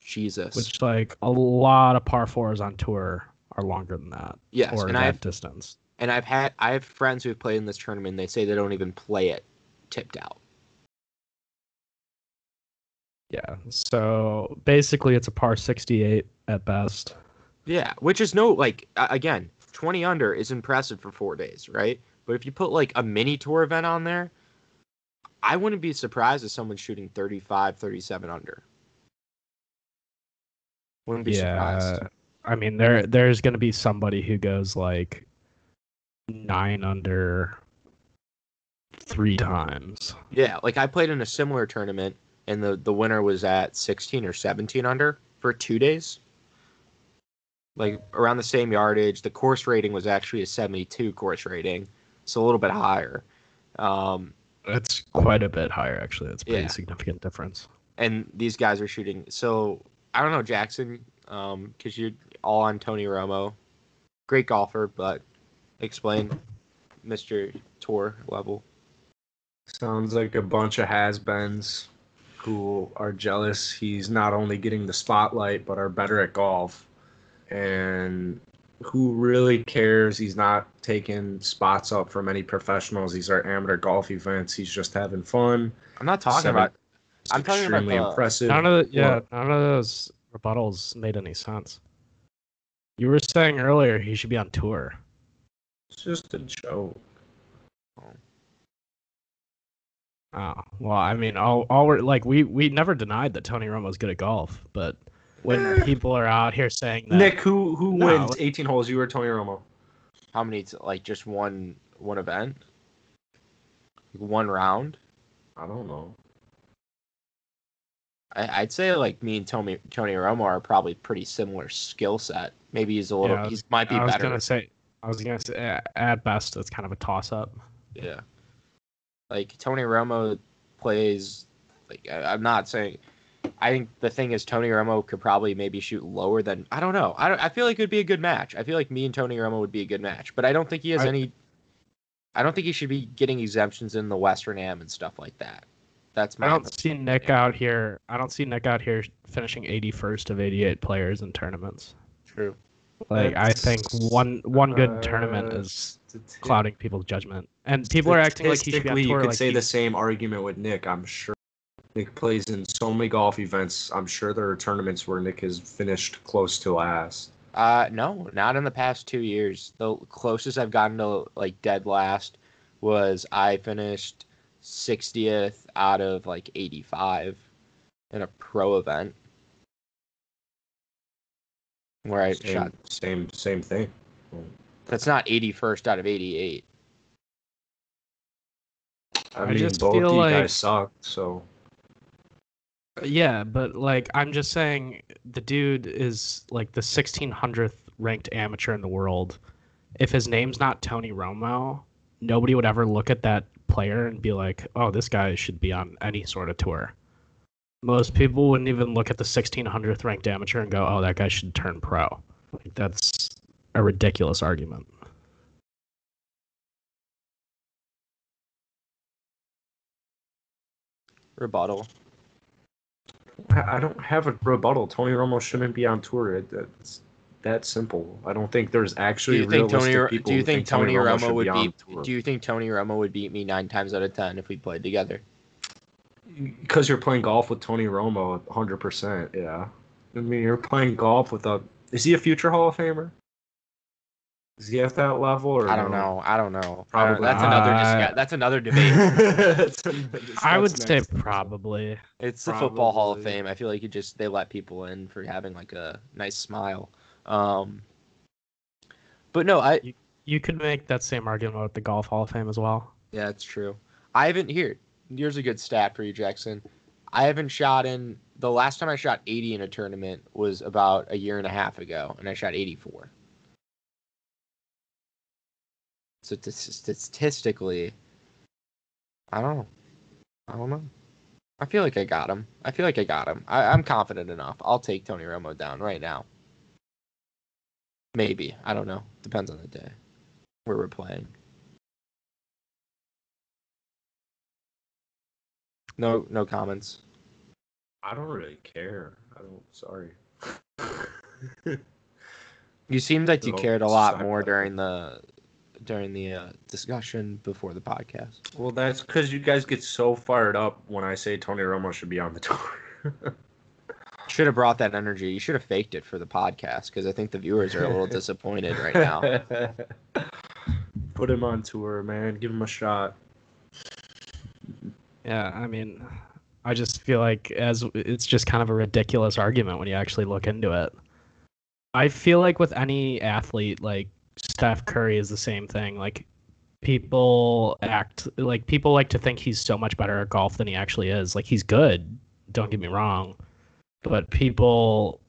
jesus
which like a lot of par 4s on tour are longer than that
yes
or
and
that
i've
distance
and i've had i have friends who've played in this tournament and they say they don't even play it tipped out
yeah so basically it's a par 68 at best
yeah which is no like a- again 20 under is impressive for four days right but if you put like a mini tour event on there i wouldn't be surprised if someone's shooting 35 37 under wouldn't be surprised
I mean there there's going to be somebody who goes like 9 under 3 times
Yeah, like I played in a similar tournament, and the the winner was at sixteen or seventeen under for two days. Like around the same yardage, the course rating was actually a seventy-two course rating, so a little bit higher. Um,
That's quite a bit higher, actually. That's a pretty
Yeah.
significant difference.
and these guys are shooting. So I don't know, um, Jackson, because you're all on Tony Romo, great golfer, but Explain, Mr. Tour level.
Sounds like a bunch of has-beens who are jealous he's not only getting the spotlight but are better at golf. And who really cares? He's not taking spots up from any professionals. These are amateur golf events. He's just having fun.
I'm not talking
Seven-
about.
It's
I'm talking about
extremely
the-
impressive.
None of the, yeah,
Well-
none of those rebuttals made any sense. You were saying earlier he should be on tour.
It's just a joke.
Oh well, I mean, all all we're like we we never denied that Tony Romo's good at golf, but
[laughs]
when
Eh.
people are out here saying that,
Nick, who who
No.
wins 18 holes? You or Tony Romo?
How many? t- Like just one one event. One round.
I don't know.
I, I'd say like me and Tony Tony Romo are probably pretty similar skill set. Maybe he's a little.
Yeah, I was-
he's might be
I was
better.
gonna say, I was gonna say, a- at best, it's kind of a toss up.
Yeah. Like Tony Romo plays like I, I'm not saying I think the thing is Tony Romo could probably maybe shoot lower than I don't know. I don't, I feel like it would be a good match. I feel like me and Tony Romo would be a good match, but I don't think he has
I-
any I don't think he should be getting exemptions in the Western Am and stuff like that. That's
I
my
don't see Nick out here. I don't see Nick out here finishing 81st of 88 players in tournaments.
true.
Like I think
That's,
one one good tournament
Uh,
is
stati-
clouding people's judgment, and people are acting like he should be on
statistically,
tour.
You could
like
say
he-
the same argument with Nick. I'm sure Nick plays in so many golf events. I'm sure there are tournaments where Nick has finished close to last.
Uh no, not in the past 2 years. The closest I've gotten to like dead last was I finished 60th out of like 85 in a pro event where I
Same,
shot.
same, same thing.
That's not 81st out of 88.
I,
I
mean,
just
both
feel
of you
like-
guys suck. So
Yeah, but like I'm just saying, the dude is like the 1600th ranked amateur in the world. If his name's not Tony Romo, nobody would ever look at that player and be like, "Oh, this guy should be on any sort of tour." Most people wouldn't even look at the 1600th ranked amateur and go, "Oh, that guy should turn pro." Like that's a ridiculous argument.
Rebuttal.
I I don't have a rebuttal. Tony Romo shouldn't be on tour. It, it's that simple. I don't think there's
Do
actually
you think Tony?
realistic
Do
people
you
who
think, Tony, Romo,
should
would
be on
beat?
tour.
Do you think Tony Romo would beat me nine times out of ten if we played together?
because you're playing golf with Tony Romo, 100%. Yeah. I mean, you're playing golf with a. Is he a future Hall of Famer? Is he at that level? Or
I
[laughs]
don't
no?
know. I don't know. I don't-
Probably
that's another.
not.
Discuss, that's
[laughs]
another debate.
That's-
[laughs] I
that's
would say
next.
probably.
It's the football Hall of
Probably.
Fame. I feel like you just they let people in for having like a nice smile. Um, but no, I
You could make that same argument with the golf Hall of Fame as well.
yeah, it's true. I haven't here. Here's a good stat for you, Jackson. I haven't shot in the last time I shot 80 in a tournament was about a year and a half ago, and I shot 84. So t- statistically, I don't know. I don't know. I feel like I got him. I feel like I got him. I, I'm confident enough. I'll take Tony Romo down right now. Maybe. I don't know. Depends on the day where we're playing. No, no comments.
I don't really care. I don't. Sorry.
You seemed like you
No,
cared a
it's
lot
just
more
hypothetical.
during the during the uh, discussion before the podcast.
well, that's because you guys get so fired up when I say Tony Romo should be on the [laughs] tour.
Should have brought that energy. You should have faked it for the podcast because I think the viewers are
[laughs]
a little disappointed right now.
Put him on tour, man. Give him a shot.
Yeah, I mean, I just feel like as it's just kind of a ridiculous argument when you actually look into it. I feel like with any athlete, like Steph Curry is the same thing. Like people act like people like to think he's so much better at golf than he actually is. Like he's good, don't get me wrong, but people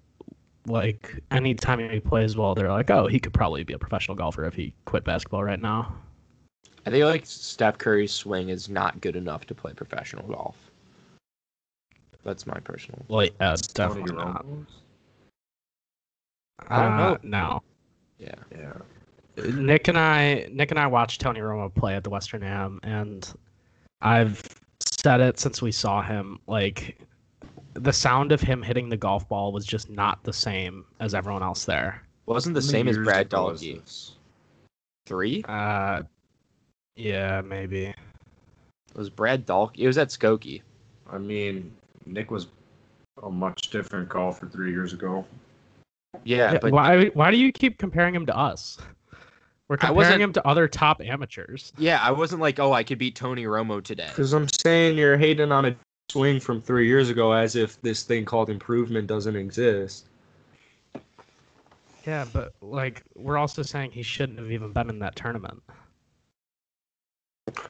like anytime he plays well, they're like, oh, he could probably be a professional golfer if he quit basketball right now.
I think like Steph Curry's swing is not good enough to play professional golf. That's my personal.
Well,
Tony
yeah, uh, definitely not.
Romo's?
I don't
Uh, no.
Yeah.
Yeah.
Nick and I Nick and I watched Tony Romo play at the Western Am and I've said it since we saw him like the sound of him hitting the golf ball was just not the same as everyone else there.
Wasn't the
How many
same as
years
Brad
ago was
Dahlke.
this?
Three
Uh yeah, maybe.
it was Brad Dahlke. It was at Skokie.
I mean, Nick was a much different golfer three years ago.
Yeah,
Yeah,
but
why why do you keep comparing him to us? We're
I
comparing
wasn't-
him to other top amateurs.
yeah, I wasn't like, oh, I could beat Tony Romo today.
Because I'm saying you're hating on a swing from three years ago as if this thing called improvement doesn't exist.
Yeah, but like we're also saying he shouldn't have even been in that tournament.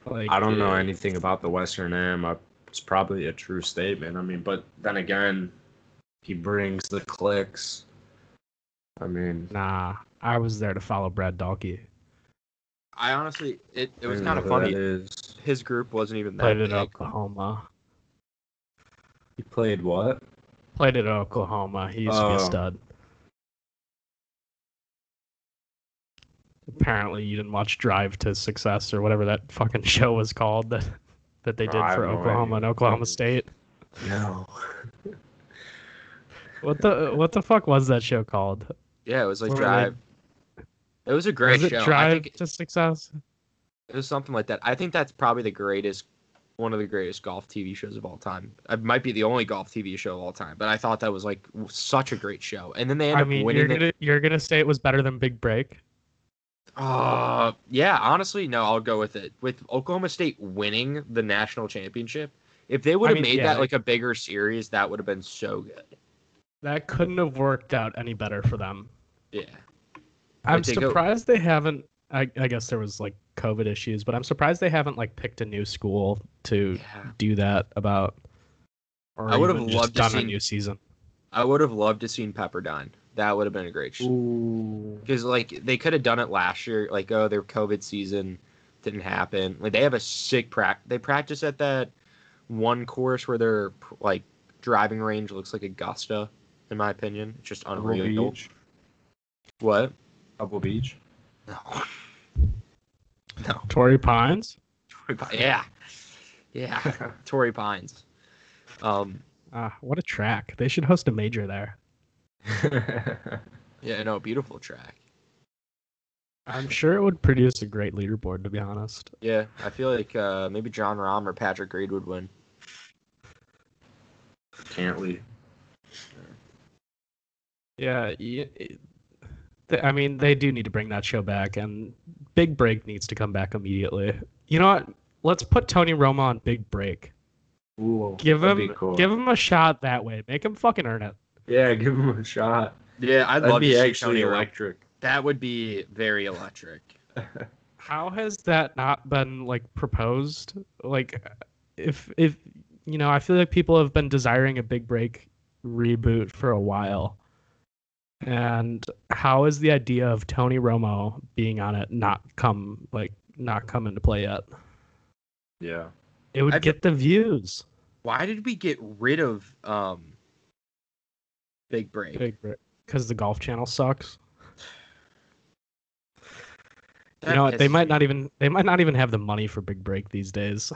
Like
I don't know anything about the Western Am. I- It's probably a true statement. I mean, but then again, he brings the clicks. I mean,
Nah, I was there to follow Brad Dahlke.
I honestly, it,
I
it was
don't
kind of
know who that
funny.
is.
His group wasn't even that
Played at
big.
Oklahoma.
He played what?
Played at Oklahoma. He used to be
Oh.
a stud. Apparently, you didn't watch Drive to Success or whatever that fucking show was called that that they did
I have
for
no
Oklahoma
idea.
and Oklahoma State.
No.
What the what the fuck was that show called?
Yeah, it was like
Well,
Drive. It was a great
was it
show. I
Drive
think
to Success?
it was something like that. I think that's probably the greatest, one of the greatest golf TV shows of all time. It might be the only golf TV show of all time, but I thought that was like w- such a great show. And then they end
I
up
mean, you're
winning it.
gonna you're gonna say it was better than Big Break.
Uh, yeah, honestly, no, I'll go with it. With Oklahoma State winning the national championship, if they would have
mean,
made
yeah.
that like a bigger series, that would have been so good.
That couldn't have worked out any better for them.
Yeah.
I'm
Like, they go-
surprised they haven't. I, I guess there was like COVID issues, but I'm surprised they haven't like picked a new school to
Yeah.
do that about. Or
I would've
even just
loved to
done a
seen-
new season.
I would have loved to seen Pepperdine. That would have been a great show.
Ooh.
because like they could have done it last year. Like oh, their COVID season didn't happen. Like they have a sick practice. They practice at that one course where their like driving range looks like Augusta, in my opinion. It's just
Pebble
unreal.
Beach.
What? [laughs]
Pebble Beach.
No.
Torrey Pines.
Torrey Pines. Yeah. Yeah. Torrey Pines. Um.
Ah, what a track! They should host a major there.
[laughs]
Yeah. No. Beautiful track.
I'm sure it would produce a great leaderboard. To be honest,
Yeah. I feel like uh, maybe John Rahm or Patrick Reed would win.
Cantley.
yeah. y- it- th- I mean, they do need to bring that show back, and Big Break needs to come back immediately. You know what? Let's put Tony Romo on Big Break.
Ooh,
Give
that'd be
him,
cool.
give him a shot that way. Make him fucking earn it.
Yeah, [laughs] give him a shot.
Yeah, I'd
That'd
love
be
to see
actually
Tony Romo.
electric.
That would be very electric.
How has that not been like proposed? Like, if if you know, I feel like people have been desiring a big break reboot for a while. And how is the idea of Tony Romo being on it not come like not come into play yet?
Yeah.
It would
I-
get the views.
Why did we get rid of um Big Break?
Big break because the golf channel sucks.
That
you know what? They
pisses
might
me
not even they might not even have the money for big break these days.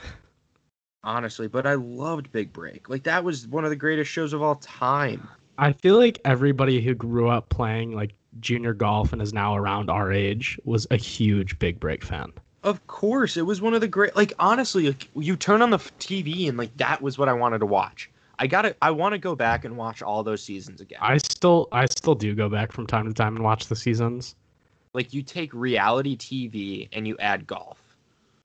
honestly, but I loved Big Break. Like that was one of the greatest shows of all time.
I feel like everybody who grew up playing like junior golf and is now around our age was a huge Big Break fan.
Of course, it was one of the great. Like honestly, like you turn on the f- TV and like that was what I wanted to watch. I got to I want to go back and watch all those seasons again.
I still I still do go back from time to time and watch the seasons.
like you take reality TV and you add golf.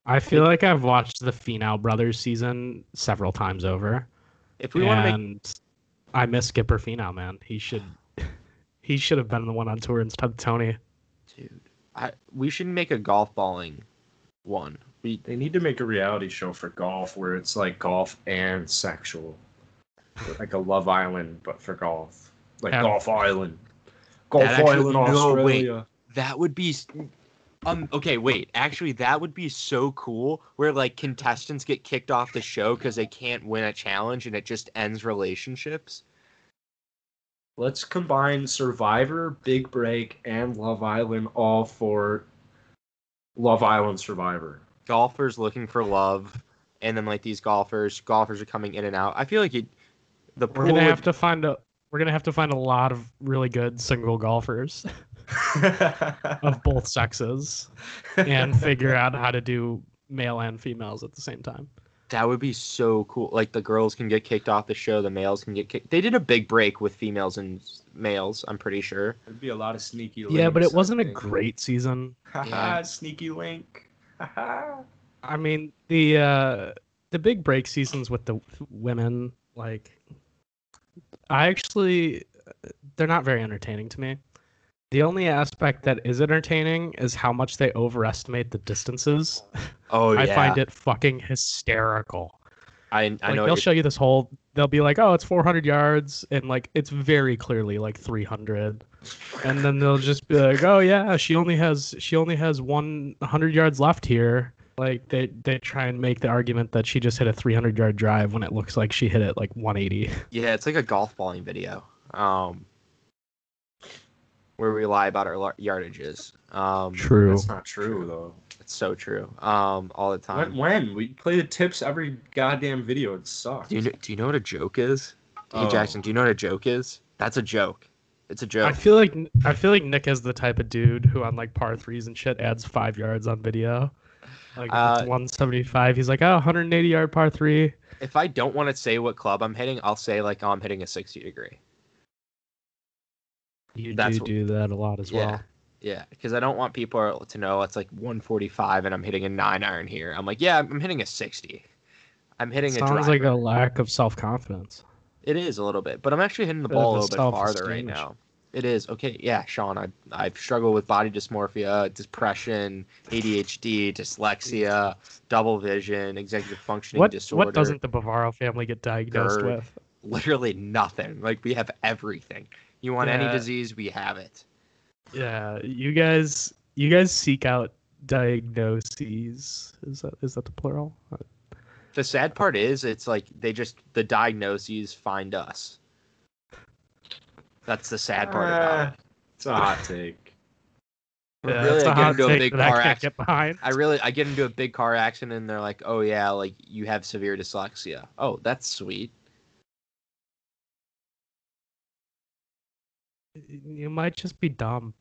I feel like I've watched the Finau brothers season several times over,
If we want to make
and I miss Skipper Finau. Man, he should [laughs] he should have been the one on tour instead of Tony.
dude, I, we should make a golf balling one. We
They need to make a reality show for golf where it's like golf and sexual. Like a Love Island, but for golf. Like
Yeah.
Golf Island. Golf
actually-
Island,
no, wait.
Australia.
That would be s- um okay, wait. Actually, that would be so cool where like contestants get kicked off the show cuz they can't win a challenge and it just ends relationships.
Let's combine Survivor, Big Break, and Love Island all for Love Island
[laughs]
Survivor.
golfers looking for love, and then like these golfers, golfers are coming in and out. I feel like you, the
We're
pool.
gonna
would-
have to find a we're gonna have to find a lot of really good single golfers of both sexes
[laughs]
and figure out how to do male and females at the same time.
that would be so cool. Like the girls can get kicked off the show, the males can get kicked. They did a big break with females and s- males. I'm pretty sure.
It'd be a lot of sneaky.
yeah, but it
links, I
wasn't a
[laughs] think.
great season.
Yeah.
Sneaky link. [laughs]
I mean the uh the big break seasons with the women like I actually they're not very entertaining to me. The only aspect that is entertaining is how much they overestimate the distances.
Oh yeah,
I find it fucking hysterical.
I, I
like
know.
they'll
What
show you this whole they'll be like, "Oh, it's 400 yards." And like it's very clearly like 300. And then they'll just be like, "Oh yeah, she only has she only has 100 yards left here." Like they they try and make the argument that she just hit a 300 yard drive when it looks like she hit it like 180.
you're- yeah, it's like a golf balling video. Um, where we lie about our lar- yardages. Um,
True.
That's not true though.
It's so true. Um, all the time.
When, when we play the tips every goddamn video, it sucks.
Do you know, do you know what a joke is? Hey
Oh.
Jackson, do you know what a joke is? That's a joke. It's a
I
joke.
feel like I feel like Nick is the type of dude who on like par 3s and shit adds 5 yards on video. Like if it's
Uh,
175, he's like, "Oh, 180 yard par 3."
If I don't want to say what club I'm hitting, I'll say like oh, I'm hitting a 60 degree.
You
That's
do
what-
do that a lot as
Yeah.
well.
Yeah, because I don't want people to know it's like 145 and I'm hitting a nine iron here. I'm like, yeah, I'm hitting a 60. I'm hitting a
Sounds
drive.
like a lack of self confidence.
it is a little bit, but I'm actually hitting the
Bit of
ball a
a
little bit farther
self-esteem
right
issue.
now. It is okay. Yeah, Sean, I I've struggled with body dysmorphia, depression, ADHD, dyslexia, double vision, executive functioning
What
disorder.
what doesn't the Bavaro family get diagnosed
GERD.
with?
literally nothing. Like we have everything. You want any
Yeah.
disease, we have it.
Yeah, you guys you guys seek out diagnoses. Is that is that the plural?
The sad part is, it's like they just the diagnoses find us. That's the sad part
Uh,
about it.
It's a [laughs] hot take.
Yeah,
really,
it's a
I get
hot
into a
take
big
that I
car
can't
acc-
get behind.
I really, I get into a big car accident, and they're like, "Oh yeah, like you have severe dyslexia." Oh, that's sweet.
You might just be dumb.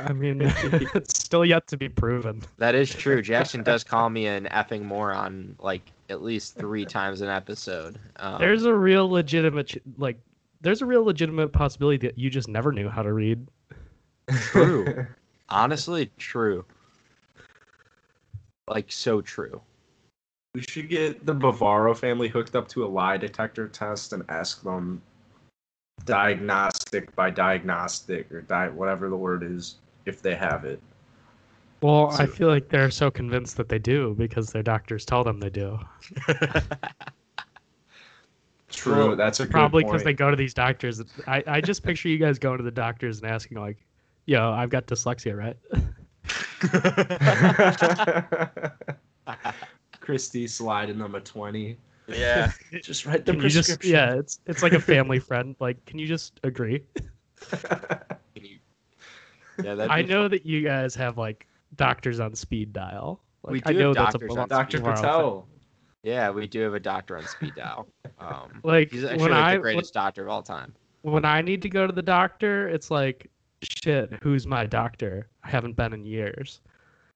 I
[laughs]
mean, it's still yet to be proven.
That is true. Jackson does call me an effing moron like at least
[laughs]
three times an episode. Um,
There's a real legitimate ch- like there's a real legitimate possibility that you just never knew how to read.
[laughs]
True. honestly true, like
[laughs]
so true. [laughs]
we should get the Bavaro family hooked up to a lie detector test and ask them diagnostic by diagnostic or di- whatever the word is if they have it.
Well, I
So-
feel like they're so convinced that they do because their doctors tell them they do.
True.
Well,
that's a good
probably because they
point.
go to these doctors. I, I just picture you guys going to the doctors and asking like, "Yo, I've got dyslexia, right?"
[laughs] Christy sliding them a twenty.
yeah.
Just write the
Can you just
prescription.
yeah, it's it's like a family friend. Like, can you just agree?
Can you- Yeah, that
I know that you guys have like doctors on speed dial. Like,
We
I
do
know
have
that's a
doctors
bummer
on
for
Doctor
you all.
Patel.
Yeah, we do have a doctor on speed dial. Um,
Like
he's actually
when
like,
I
the greatest doctor of all time.
when I need to go to the doctor, it's like, shit, who's my doctor? I haven't been in years.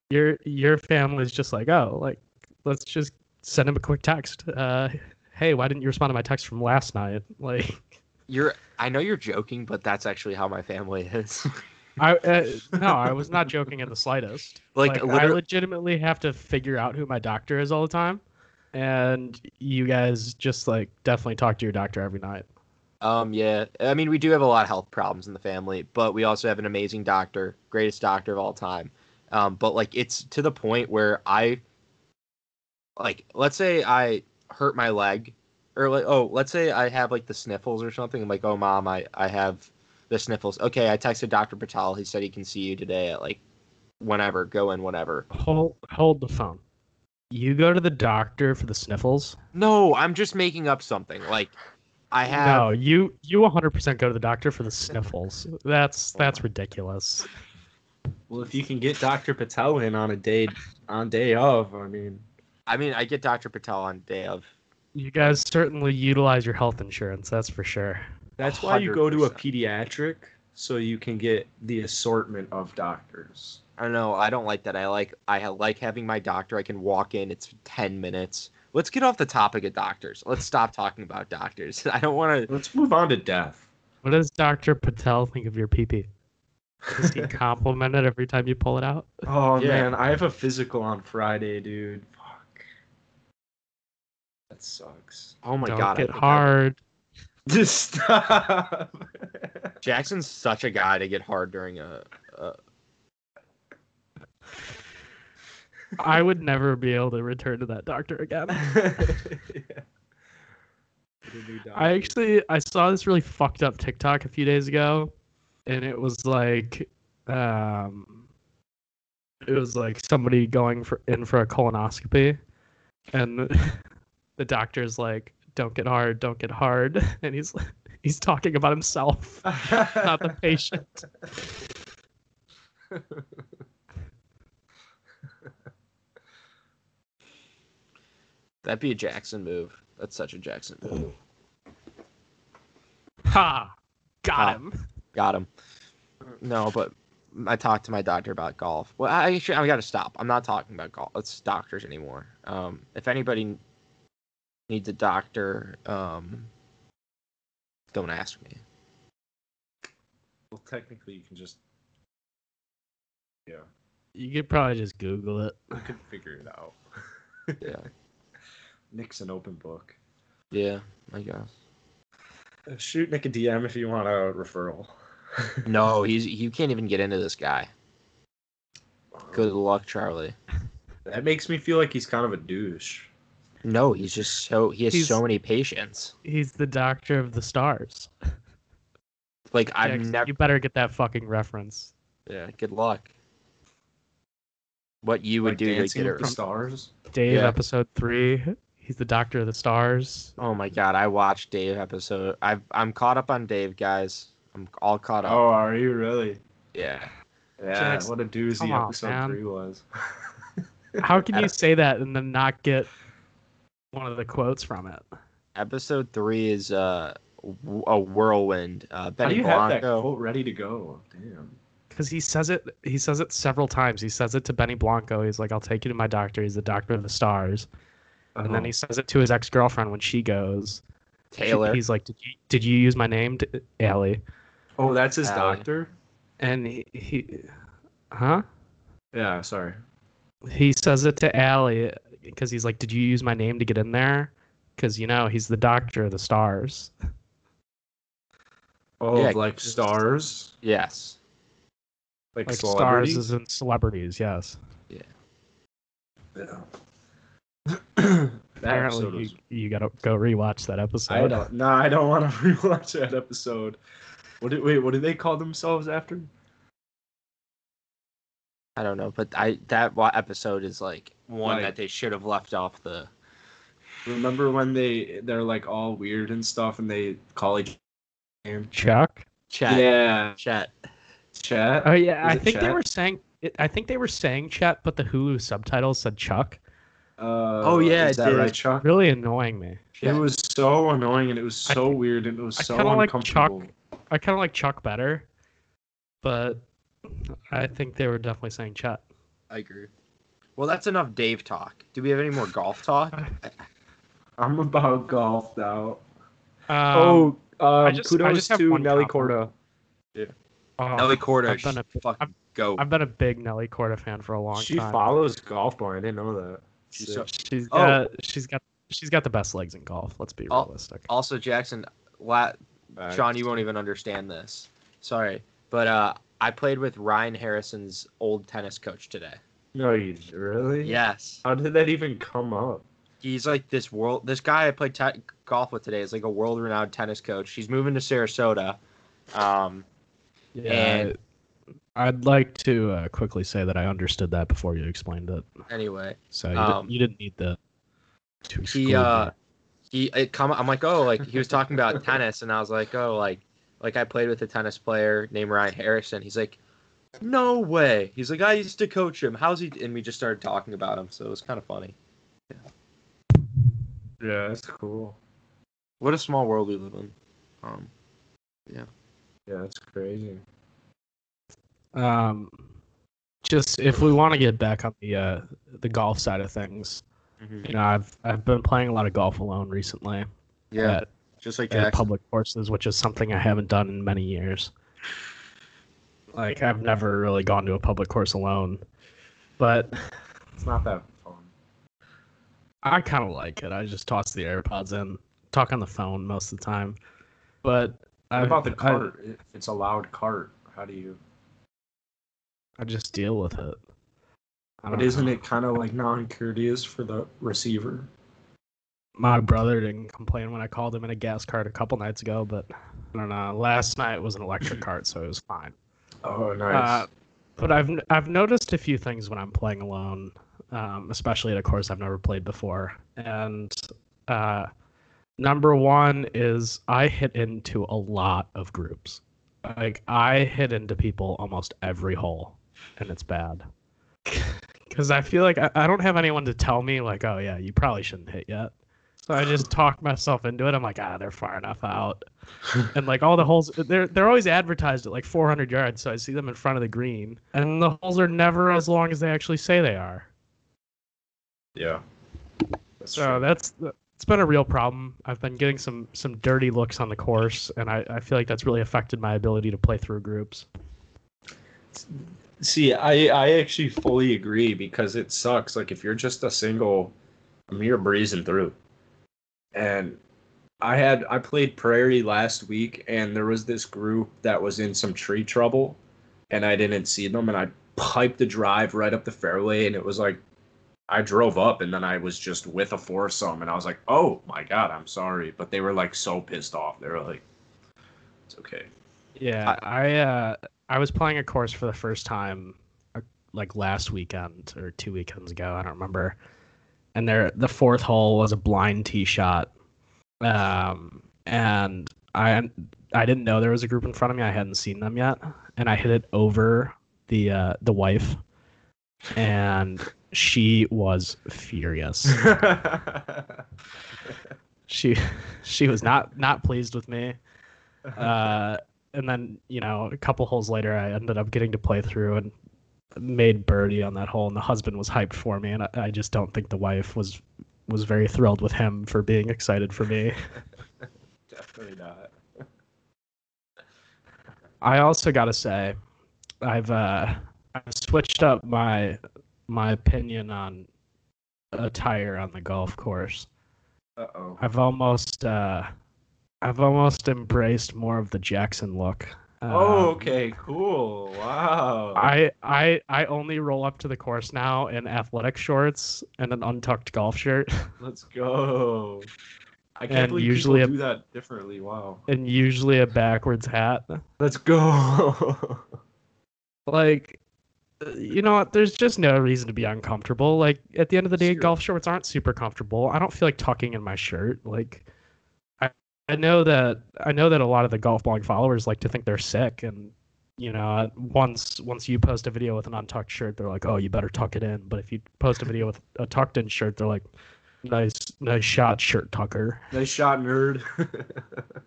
Your your family's just like, oh, like let's just send him a quick text. Uh, hey, why didn't you respond to my text from last night? [laughs] Like,
You're. I know you're joking, but that's actually how my family is. [laughs]
I uh, no, I was not joking in the slightest.
[laughs] like,
I
literally,
legitimately have to figure out who my doctor is all the time, and you guys just like definitely talk to your doctor every night.
um, yeah. I mean, we do have a lot of health problems in the family, but we also have an amazing doctor, greatest doctor of all time. Um, but like, it's to the point where I, like, let's say I hurt my leg, or like, oh, let's say I have like the sniffles or something. I'm like, oh, mom, I I have the sniffles. Okay, I texted Doctor Patel. He said he can see you today at like whenever. Go in whenever.
Hold hold the phone. You go to the doctor for the sniffles.
No, I'm just making up something. Like I have
No, you you 100% go to the doctor for the sniffles. That's that's ridiculous.
Well, if you can get Dr. Patel in on a day on day of, I mean,
I mean, I get Dr. Patel on day of.
You guys certainly utilize your health insurance, that's for sure.
that's why you go to a
100%.
pediatric so you can get the assortment of doctors.
I don't know. I don't like that. I like I like having my doctor. I can walk in. It's ten minutes. Let's get off the topic of doctors. Let's stop talking about doctors. [laughs] I don't want to.
Let's move on to death.
What does Dr. Patel think of your PP? Does
[laughs]
he compliment it every time you pull it out?
Oh
Yeah.
man, I have a physical on Friday, dude. Fuck. That sucks. [laughs]
Oh my
Don't
god! I
get
think I-
hard.
Just [laughs] stop.
Jackson's such a guy to get hard during a.
I would never be able to return to that doctor again. I
[laughs]
actually I saw this really fucked up TikTok a few days ago, and it was like, um, it was like somebody going for in for a colonoscopy, and [laughs] the, the doctor's like, "Don't get hard, don't get hard," [laughs] and he's like, he's talking about himself, [laughs] not the patient.
That'd be a Jackson move. That's such a Jackson move.
Ha,
Ha.
got him.
Got him. No, but I talked to my doctor about golf. Well, I actually I got to stop. I'm not talking about golf. It's doctors anymore. Um, if anybody needs a doctor, um, don't ask me.
well, technically, you can just yeah,
You could probably just Google it.
you can figure it out.
[laughs] Yeah.
Nick's an open book.
Yeah,
[laughs]
I guess.
Uh, Shoot Nick a DM if you want a referral.
No, he's you can't even get into this guy. Good luck, Charlie.
That makes me feel like he's kind of a douche.
No, he's just so he has
He's-
so many patients.
He's the doctor of the stars.
Like I've
Jackson,
never.
You better get that fucking reference.
Yeah, good luck. What you would
Like
do to
Dancing
get
with
her?
the Stars.
Dave,
Yeah.
episode three. He's the doctor of the stars.
Oh my god, I watched Dave episode. I've I'm caught up on Dave, guys. I'm all caught up.
Oh, are you really?
Yeah.
Yeah,
Jackson,
what a doozy
come on,
episode
man.
three
[laughs]
was.
How can [laughs] you say that and then not get one of the quotes from it?
Episode three is uh w- a whirlwind. Uh,
How do
Benny
you have that
Blanco.
quote ready to go? Damn.
Because he says it. He says it several times. He says it to Benny Blanco. He's like, "I'll take you to my doctor." He's the doctor of the stars. And then he says it to his ex girlfriend when she goes. She-
Taylor.
he's like, "Did you did you use my name, to, Allie?"
Oh, that's his
Allie.
doctor.
And he, he, huh?
Yeah, sorry.
He says it to Allie because he's like, "Did you use my name to get in there?" Because you know he's the doctor of the stars.
Oh,
Yeah,
like
'cause-
stars,
yes.
like,
like
celebrity?
stars is in celebrities. Yes.
Yeah. [clears throat] that episode
Apparently,
was.
you, you gotta go rewatch that episode.
I don't. Nah, I don't want to [laughs] rewatch that episode. What did wait? What did they call themselves after?
I don't know, but I that wa- episode is like one
Like-
that they should have left off the.
Remember when they they're like all weird and stuff, and they call each name?
Chuck.
Chat.
Yeah,
Chat.
chat.
Oh yeah,
Is
I
it
think they
Chet?
were saying. It, I think they were saying Chet, but the Hulu subtitles said Chuck.
Uh,
Oh, yeah,
is
it
that
did.
right, Chuck?
Really annoying me.
It was so annoying, and it was
I
so weird, and it was
I
so
kinda like
uncomfortable.
I kind of like Chuck better, but I think they were definitely saying Chet.
I agree. Well, that's enough Dave talk. Do we have any more golf talk?
I'm about golf now.
Um,
oh, um,
just- I
kudos
just have
to
one
Nelly
compliment.
Corda.
oh,
Nelly Corda,
I've done a-
fuck,
I've-
go.
I've been a big Nelly Corda fan for a long
She
time.
follows golf boy. I didn't know that.
She's so-
She's
Oh.
got. She's got. She's got the best legs in golf. Let's be
Oh.
realistic.
also, Jackson, la- Sean, you won't even understand this. Sorry, but uh, I played with Ryan Harrison's old tennis coach today.
No, you really?
Yes,
How did that even come up?
he's like this world. This guy I played te- golf with today is like a world-renowned tennis coach. He's moving to Sarasota. Um,
Yeah,
And-
I- I'd like to uh, quickly say that I understood that before you explained it.
anyway,
So you,
Um,
didn't, you didn't need the. To
he
exclude
uh
that.
he it come I'm like oh like he was talking about tennis and I was like oh like like I played with a tennis player named Ryan Harrison he's like no way. He's like, I used to coach him. How's he? And we just started talking about him, so it was kind of funny.
Yeah, that's cool.
What a small world we live in. Um,
Yeah, that's crazy.
Um, just if we want to get back on the uh, the golf side of things,
Mm-hmm.
you know, I've I've been playing a lot of golf alone recently
yeah,
at,
just like
at
Jackson.
public courses, which is something I haven't done in many years. Like I've never really gone to a public course alone, but
It's not that fun.
I kind of like it. I just toss the AirPods in, talk on the phone most of the time. But
How
I-
about the
I-
cart? if it's a loud cart, how do you?
I, just deal with it. I
But
don't
isn't
know.
it kind of like non-courteous for the receiver?
My brother didn't complain when I called him in a gas cart a couple nights ago, but I don't know. Last night was an electric cart, so it was fine.
Oh,
Uh,
nice.
but I've I've noticed a few things when I'm playing alone, um, especially at a course I've never played before. And uh, number one is I hit into a lot of groups. Like I hit into people almost every hole, and it's bad. Because I feel like I, I don't have anyone to tell me like, oh yeah, you probably shouldn't hit yet. So I just talk myself into it. I'm like, ah, they're far enough out and like all the holes they're they're always advertised at like 400 yards so i see them in front of the green and the holes are never as long as they actually say they are
yeah. That's
so
true.
that's it's been a real problem i've been getting some some dirty looks on the course and i, I feel like that's really affected my ability to play through groups
See, I I actually fully agree because it sucks. Like if you're just a single, I mean, you're breezing through. And I had I played Prairie last week, and there was this group that was in some tree trouble, and I didn't see them, and I piped the drive right up the fairway, and it was like I drove up, and then I was just with a foursome, and I was like, oh my god, I'm sorry, but they were like so pissed off. They were like, it's okay. [laughs]
yeah i uh i was playing a course for the first time uh, like last weekend or two weekends ago i don't remember and there the fourth hole was a blind tee shot um and i i didn't know there was a group in front of me i hadn't seen them yet and i hit it over the uh the wife and she was furious she [laughs] she was not not pleased with me uh, and then you know a couple holes later i ended up getting to play through and made birdie on that hole and the husband was hyped for me and i, I just don't think the wife was was very thrilled with him for being excited for me
Definitely not.
i also gotta say i've uh i've switched up my my opinion on attire on the golf course
Uh oh.
I've almost uh, I've almost embraced more of the Jackson look.
Oh,
Um,
okay, cool. Wow.
I I I only roll up to the course now in athletic shorts and an untucked golf shirt, [laughs]
Let's go. I can't
And
believe
usually
people
a-
do that differently. Wow.
and usually a backwards hat.
Let's go.
Like, uh, you know, what? there's just no reason to be uncomfortable. Like at the end of the day,
Sure.
golf shorts aren't super comfortable. I don't feel like tucking in my shirt. Like, I I know that I know that a lot of the golf blog followers like to think they're sick, and you know, uh, once once you post a video with an untucked shirt, they're like, oh, you better tuck it in. But if you post a video with a tucked in shirt, they're like, nice nice shot, shirt tucker.
nice shot, nerd.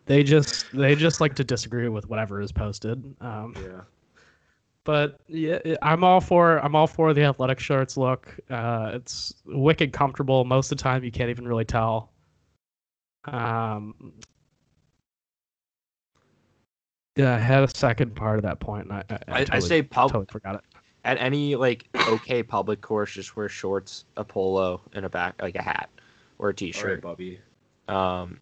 They just they just like to disagree with whatever is posted. Um,
[laughs] yeah.
but yeah, it- I'm all for I'm all for the athletic shorts look. Uh, it's wicked comfortable. Most of the time, you can't even really tell. Um, yeah, I had a second part of that point, and I I, I
I, I
totally,
say pub
totally forgot it.
at any like okay public course, just wear shorts, a polo, and a back like a hat or
All
a
right,
t-shirt.
Bubby.
Um,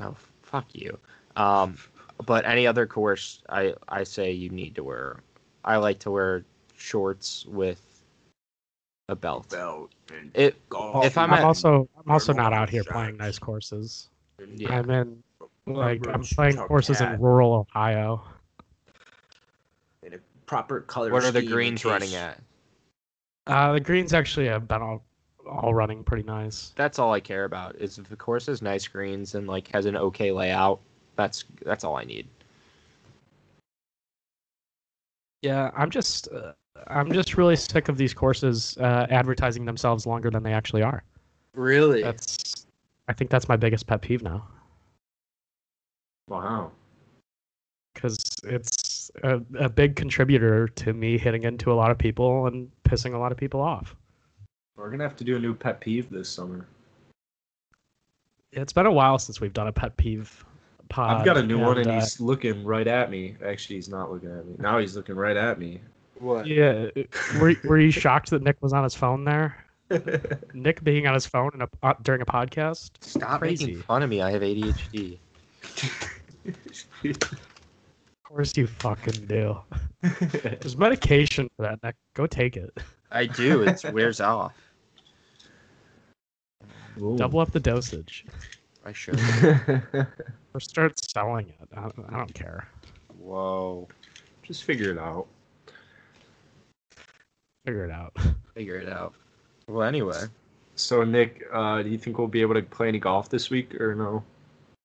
oh fuck you. Um, but any other course, I I say you need to wear. I like to wear shorts with a belt.
Belt and
It
golf.
If I'm
I'm
at-
also I'm
They're
also not
normal
out here
shots.
playing nice courses.
Yeah.
I'm in like I'm
Rubber
playing
tuck
courses
hat
in rural Ohio.
in a proper color.
what are the
scheme in
greens
case-
running at?
Uh, the greens actually have been all all running pretty nice.
That's all I care about. Is if the course has nice greens and like has an okay layout. That's that's all I need.
Yeah, I'm just uh, I'm just really sick of these courses uh, advertising themselves longer than they actually are.
Really?
That's I think that's my biggest pet peeve now
Wow.
because it's a, a big contributor to me hitting into a lot of people and pissing a lot of people off.
We're gonna have to do a new pet peeve this summer.
It's been a while since we've done a pet peeve pod.
I've got a new one, and
uh,
he's looking right at me. Actually, he's not looking at me. Now he's looking right at me. [laughs]
What?
uh, yeah. Were Were you shocked that Nick was on his phone there? Nick being on his phone in a, uh, during a podcast.
Stop
Crazy.
making fun of me. I have ADHD.
Of course you
[laughs]
fucking do. There's medication for that, Nick. Go take it.
I do. [laughs] It wears off.
Ooh.
Double up the dosage
I should.
or start selling it. I don't, I don't care.
Whoa.
[laughs] Just figure it out.
Figure it out. [laughs]
Figure it out. Well, anyway.
So Nick, uh, do you think we'll be able to play any golf this week or no?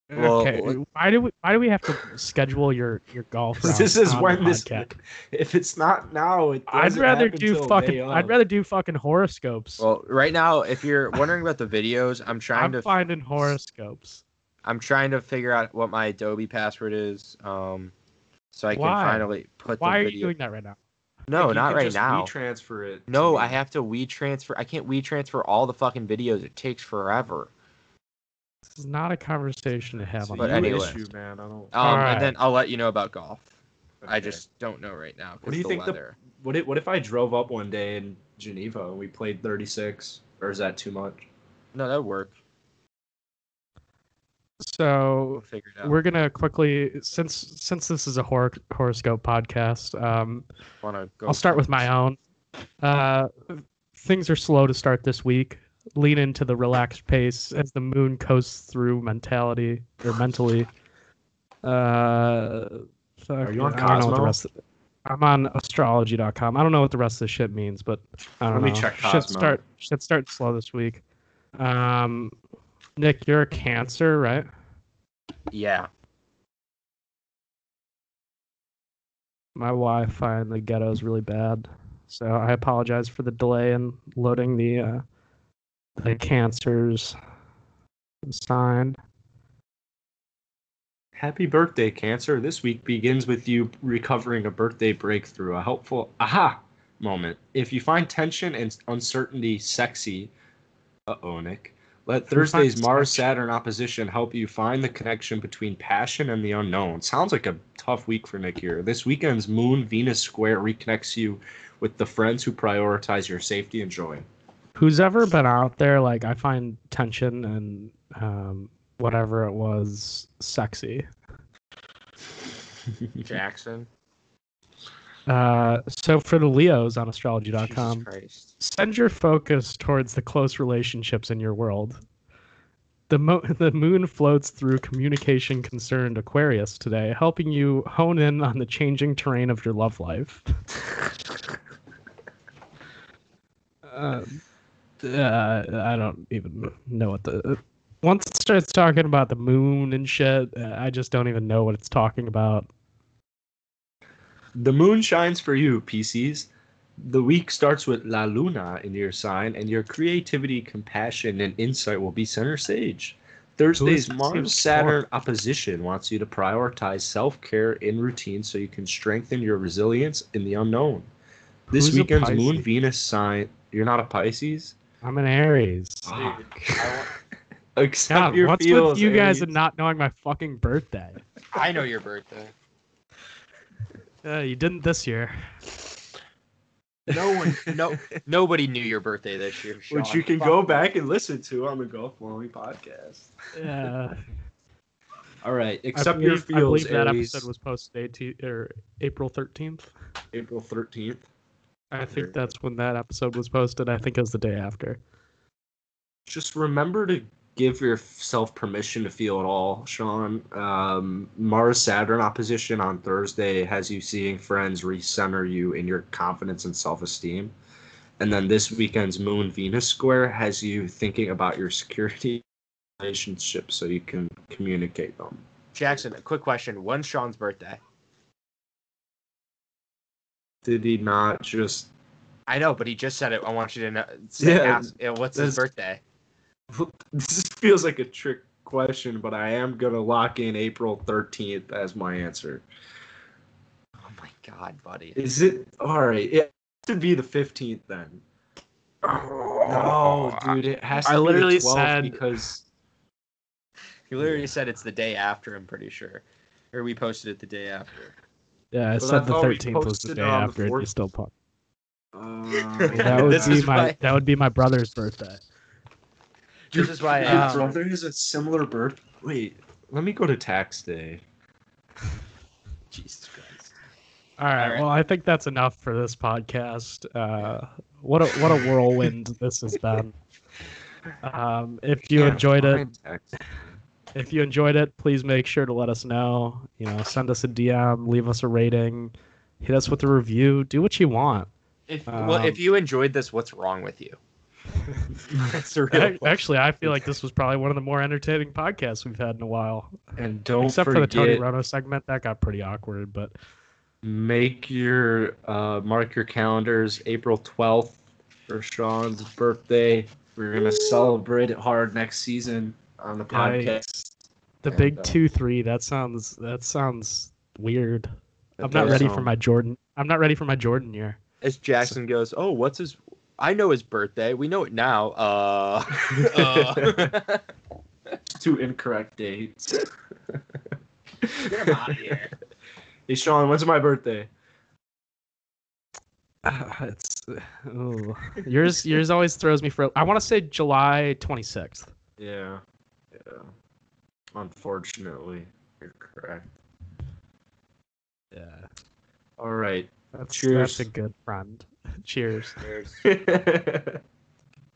Well,
okay.
what-
Why do we Why do we have to schedule your your golf? rounds
[laughs] this is
on
when
the
this. [laughs]
podcast?
If it's not now, it
I'd
doesn't
rather
happen
do
till
fucking.
way
I'd
of.
rather do fucking horoscopes.
Well, right now, if you're wondering about the videos, I'm trying
I'm
to
finding horoscopes.
I'm trying to figure out what my Adobe password is, um, so I can
Why?
finally put
Why
the
are
video.
you doing that right now?
no,
You
not
can
right
just
now.
WeTransfer it. to
No,
me.
I have to WeTransfer. I can't WeTransfer all the fucking videos. It takes forever.
This is not a conversation to have
It's a
on.
But
you
the
anyway.
podcast.
issue, man. I don't.
Um,
Alright.
And then I'll let you know about golf. I
Okay.
just don't know right now. 'cause
What do you
the
think the-
weather.
What if, what if I drove up one day in Geneva and we played 36? Or is that too much?
No, that work. We'll
So
figure it out.
we're gonna quickly since since this is a hor- horoscope podcast. Um,
Wanna go
I'll start with my own. Uh, things are slow to start this week. Lean into the relaxed pace as the moon coasts through mentality or mentally. Uh, fuck,
you on
I don't know what the
Cosmo?
rest of- I'm on astrology.com. I don't know what the rest of this shit means, but I don't
Let
know.
me check
Shit
Cosmo.
start shit start slow this week. Um, Nick, you're a Cancer, right?
[laughs] Yeah.
My Wi-Fi in the ghetto is really bad, so I apologize for the delay in loading the uh, the cancers sign.
Happy birthday, Cancer. This week begins with you recovering a birthday breakthrough, a helpful aha moment. If you find tension and uncertainty sexy, uh oh, Nick, let Thursday's
find
Mars
sexy-
Saturn opposition help you find the connection between passion and the unknown. Sounds like a tough week for Nick here. This weekend's Moon Venus square reconnects you with the friends who prioritize your safety and joy.
Who's ever been out there? Like I find tension and um, whatever it was sexy.
Jackson.
Uh, so for the Leos on
Jesus
astrology.com,
Christ.
send your focus towards the close relationships in your world. The, mo- [laughs] the moon floats through communication concerned Aquarius today, helping you hone in on the changing terrain of your
[laughs]
love life. uh, uh, I don't even know what the. Once it starts talking about the moon and shit, uh, I just don't even know what it's talking about.
The moon shines for you, PCs. The week starts with La Luna in your sign, and your creativity, compassion, and insight will be center stage. Thursday's
that
Mars
seems
Saturn opposition wants you to prioritize self care in routine so you can strengthen your resilience in the unknown. This
Who's a
weekend's Moon
Pisces?
Venus sign. You're not a Pisces?
I'm an Aries.
Fuck.
I, want-
[laughs] Accept
God,
your
what's
feels.
with you guys
Aries.
and not knowing my fucking birthday?
I know your birthday.
Uh, you didn't this
[laughs]
year.
No one,
[laughs]
no, nobody knew your birthday this year.
Which you can go back and listen to on the Golf Blowing podcast.
Yeah.
All right.
I
Accept your
Uh, believe, I
feels.
believe that
Aries,
episode was posted 18, or April 13th.
April 13th.
I
Sure.
think that's when that episode was posted. I think it was the day after.
just remember to give yourself permission to feel at all, Sean. Um, Mars Saturn opposition on Thursday has you seeing friends recenter you in your confidence and self esteem. And then this weekend's Moon Venus square has you thinking about your security relationships so you can communicate them.
Jackson, a quick question. When's Sean's birthday?
Did he not just? [laughs]
I know, but he just said it. I want you to know.
Yeah.
Say, ask, yeah, what's his
That's-
birthday?
This feels like a trick question, but I am gonna lock in April thirteenth as my answer.
Oh my god, buddy.
Is it all right? It has to be the fifteenth then.
No, dude,
it has
I literally
12th
said-
[laughs] because
He literally said it's the day after. I'm pretty sure, or we posted it the day after.
Yeah, it
But I
said the
thought we
13th was the
posted
day
it on the
after, and you
4th. [laughs]
still pop.
uh,
That would
This
be
is
my
why-
that would be my brother's birthday.
This is why.
Your
I, um,
brother is a similar bird. Wait, let me go to tax day.
Jesus Christ.
All right,
All right.
Well, I think that's enough for this podcast. Uh, what a what a whirlwind this has
[laughs]
been. Um, if you enjoyed it,
[laughs]
if you enjoyed it, please make sure to let us know. You know, send us a DM, leave us a rating, hit us with a review, do what you want.
If, well,
Um,
if you enjoyed this, what's wrong with you? That's a
[laughs]
real
Ac- Actually, I feel like this was probably one of the more entertaining podcasts we've had in a while,
And don't
except for the
forget,
Tony Rono segment that got pretty awkward. But
make your uh, mark your calendars April twelfth for Sean's birthday. We're gonna celebrate it hard next season on the podcast.
the
And,
big
uh,
two three that sounds that sounds weird. I'm
That
not
does
ready for
sound-
my Jordan. I'm not ready for my Jordan year.
As Jackson goes, oh, what's his? I know his birthday. We know it now. Uh, [laughs] uh.
[laughs] two incorrect dates.
get him out of here.
Hey Sean, when's my birthday? Ah,
it's ooh.
[laughs]
yours. Yours always throws me for. I want to say July 26th.
Yeah, yeah. Unfortunately, you're correct.
Yeah,
All right. [laughs]
that's,
Cheers.
that's a good friend. [laughs] Cheers.
Cheers.